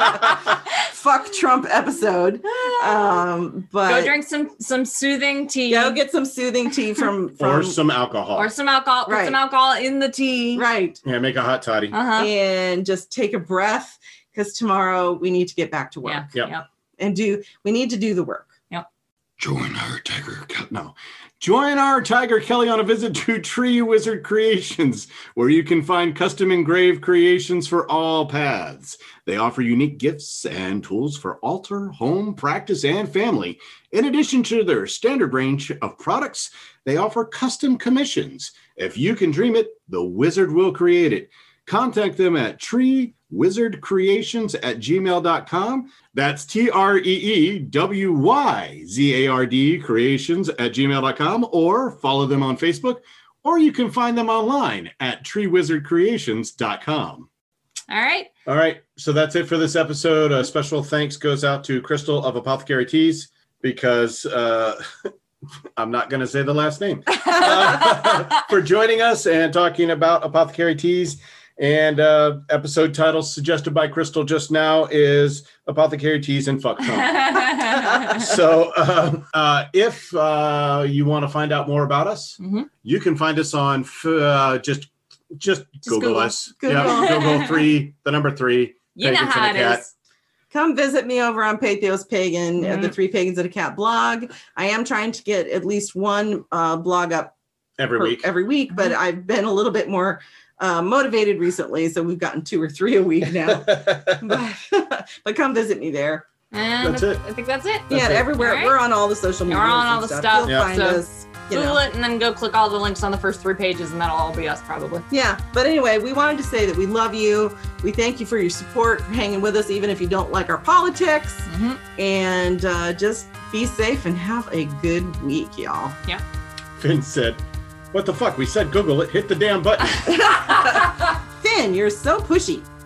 [SPEAKER 8] Fuck Trump episode. Um, but
[SPEAKER 7] Ah. Go drink some some soothing tea
[SPEAKER 8] go get some soothing tea from
[SPEAKER 3] Or
[SPEAKER 8] from
[SPEAKER 3] some alcohol.
[SPEAKER 7] or some alcohol. Put
[SPEAKER 8] Right.
[SPEAKER 7] some alcohol in the tea.
[SPEAKER 8] right.
[SPEAKER 3] yeah, make a hot toddy.
[SPEAKER 7] Uh huh.
[SPEAKER 8] and just take a breath because tomorrow we need to get back to work
[SPEAKER 7] Yeah.
[SPEAKER 3] Yep.
[SPEAKER 7] Yep.
[SPEAKER 8] and do we need to do the work.
[SPEAKER 3] Join our Tiger Ke- no. Join our Tiger Kelly on a visit to Tree Wizard Creations, where you can find custom engraved creations for all paths. They offer unique gifts and tools for altar, home, practice, and family. In addition to their standard range of products, they offer custom commissions. If you can dream it, the wizard will create it. Contact them at treewizardcreations at gmail.com that's T R E E W Y Z A R D creations at gmail.com or follow them on Facebook or you can find them online at treewizardcreations.com.
[SPEAKER 7] All right.
[SPEAKER 3] All right, so that's it for this episode. A special thanks goes out to Crystal of Apothecary Teas because uh, I'm not going to say the last name uh, for joining us and talking about Apothecary Teas. And uh, episode title suggested by Crystal just now is Apothecary Teas and Fuck Trump so um, uh, if uh, you want to find out more about us
[SPEAKER 7] Mhm.
[SPEAKER 3] you can find us on f- uh, just just, google,
[SPEAKER 7] Google.
[SPEAKER 3] us
[SPEAKER 8] Google.
[SPEAKER 3] yeah google three the number three
[SPEAKER 7] you know
[SPEAKER 3] Pagans
[SPEAKER 7] how it
[SPEAKER 3] and a Cat.
[SPEAKER 7] is.
[SPEAKER 8] Come visit me over on Pathos Pagan at the
[SPEAKER 7] Mm-hmm.
[SPEAKER 8] Three Pagans and a Cat blog. I am trying to get at least one uh, blog up
[SPEAKER 3] every
[SPEAKER 8] per-
[SPEAKER 3] week
[SPEAKER 8] every week, but
[SPEAKER 7] Mm-hmm.
[SPEAKER 8] I've been a little bit more uh, motivated recently, so we've gotten two or three a week now. but, but come visit me there.
[SPEAKER 7] And
[SPEAKER 3] That's
[SPEAKER 7] that's
[SPEAKER 3] it.
[SPEAKER 7] I think that's it.
[SPEAKER 8] yeah,
[SPEAKER 3] it.
[SPEAKER 8] everywhere.
[SPEAKER 7] All right.
[SPEAKER 8] We're on all the social
[SPEAKER 7] We're
[SPEAKER 8] media.
[SPEAKER 7] on all the stuff,
[SPEAKER 8] You'll
[SPEAKER 3] Yeah.
[SPEAKER 8] find
[SPEAKER 7] so-
[SPEAKER 8] us. You know.
[SPEAKER 7] Google it and then go click all the links on the first three pages, and that'll all be us probably.
[SPEAKER 8] Yeah, but anyway, we wanted to say that we love you. We thank you for your support, for hanging with us, even if you don't like our politics.
[SPEAKER 7] Mhm.
[SPEAKER 8] And uh, just be safe and have a good week, y'all.
[SPEAKER 3] finn said what the fuck we said google it hit the damn button
[SPEAKER 8] Finn, you're so pushy.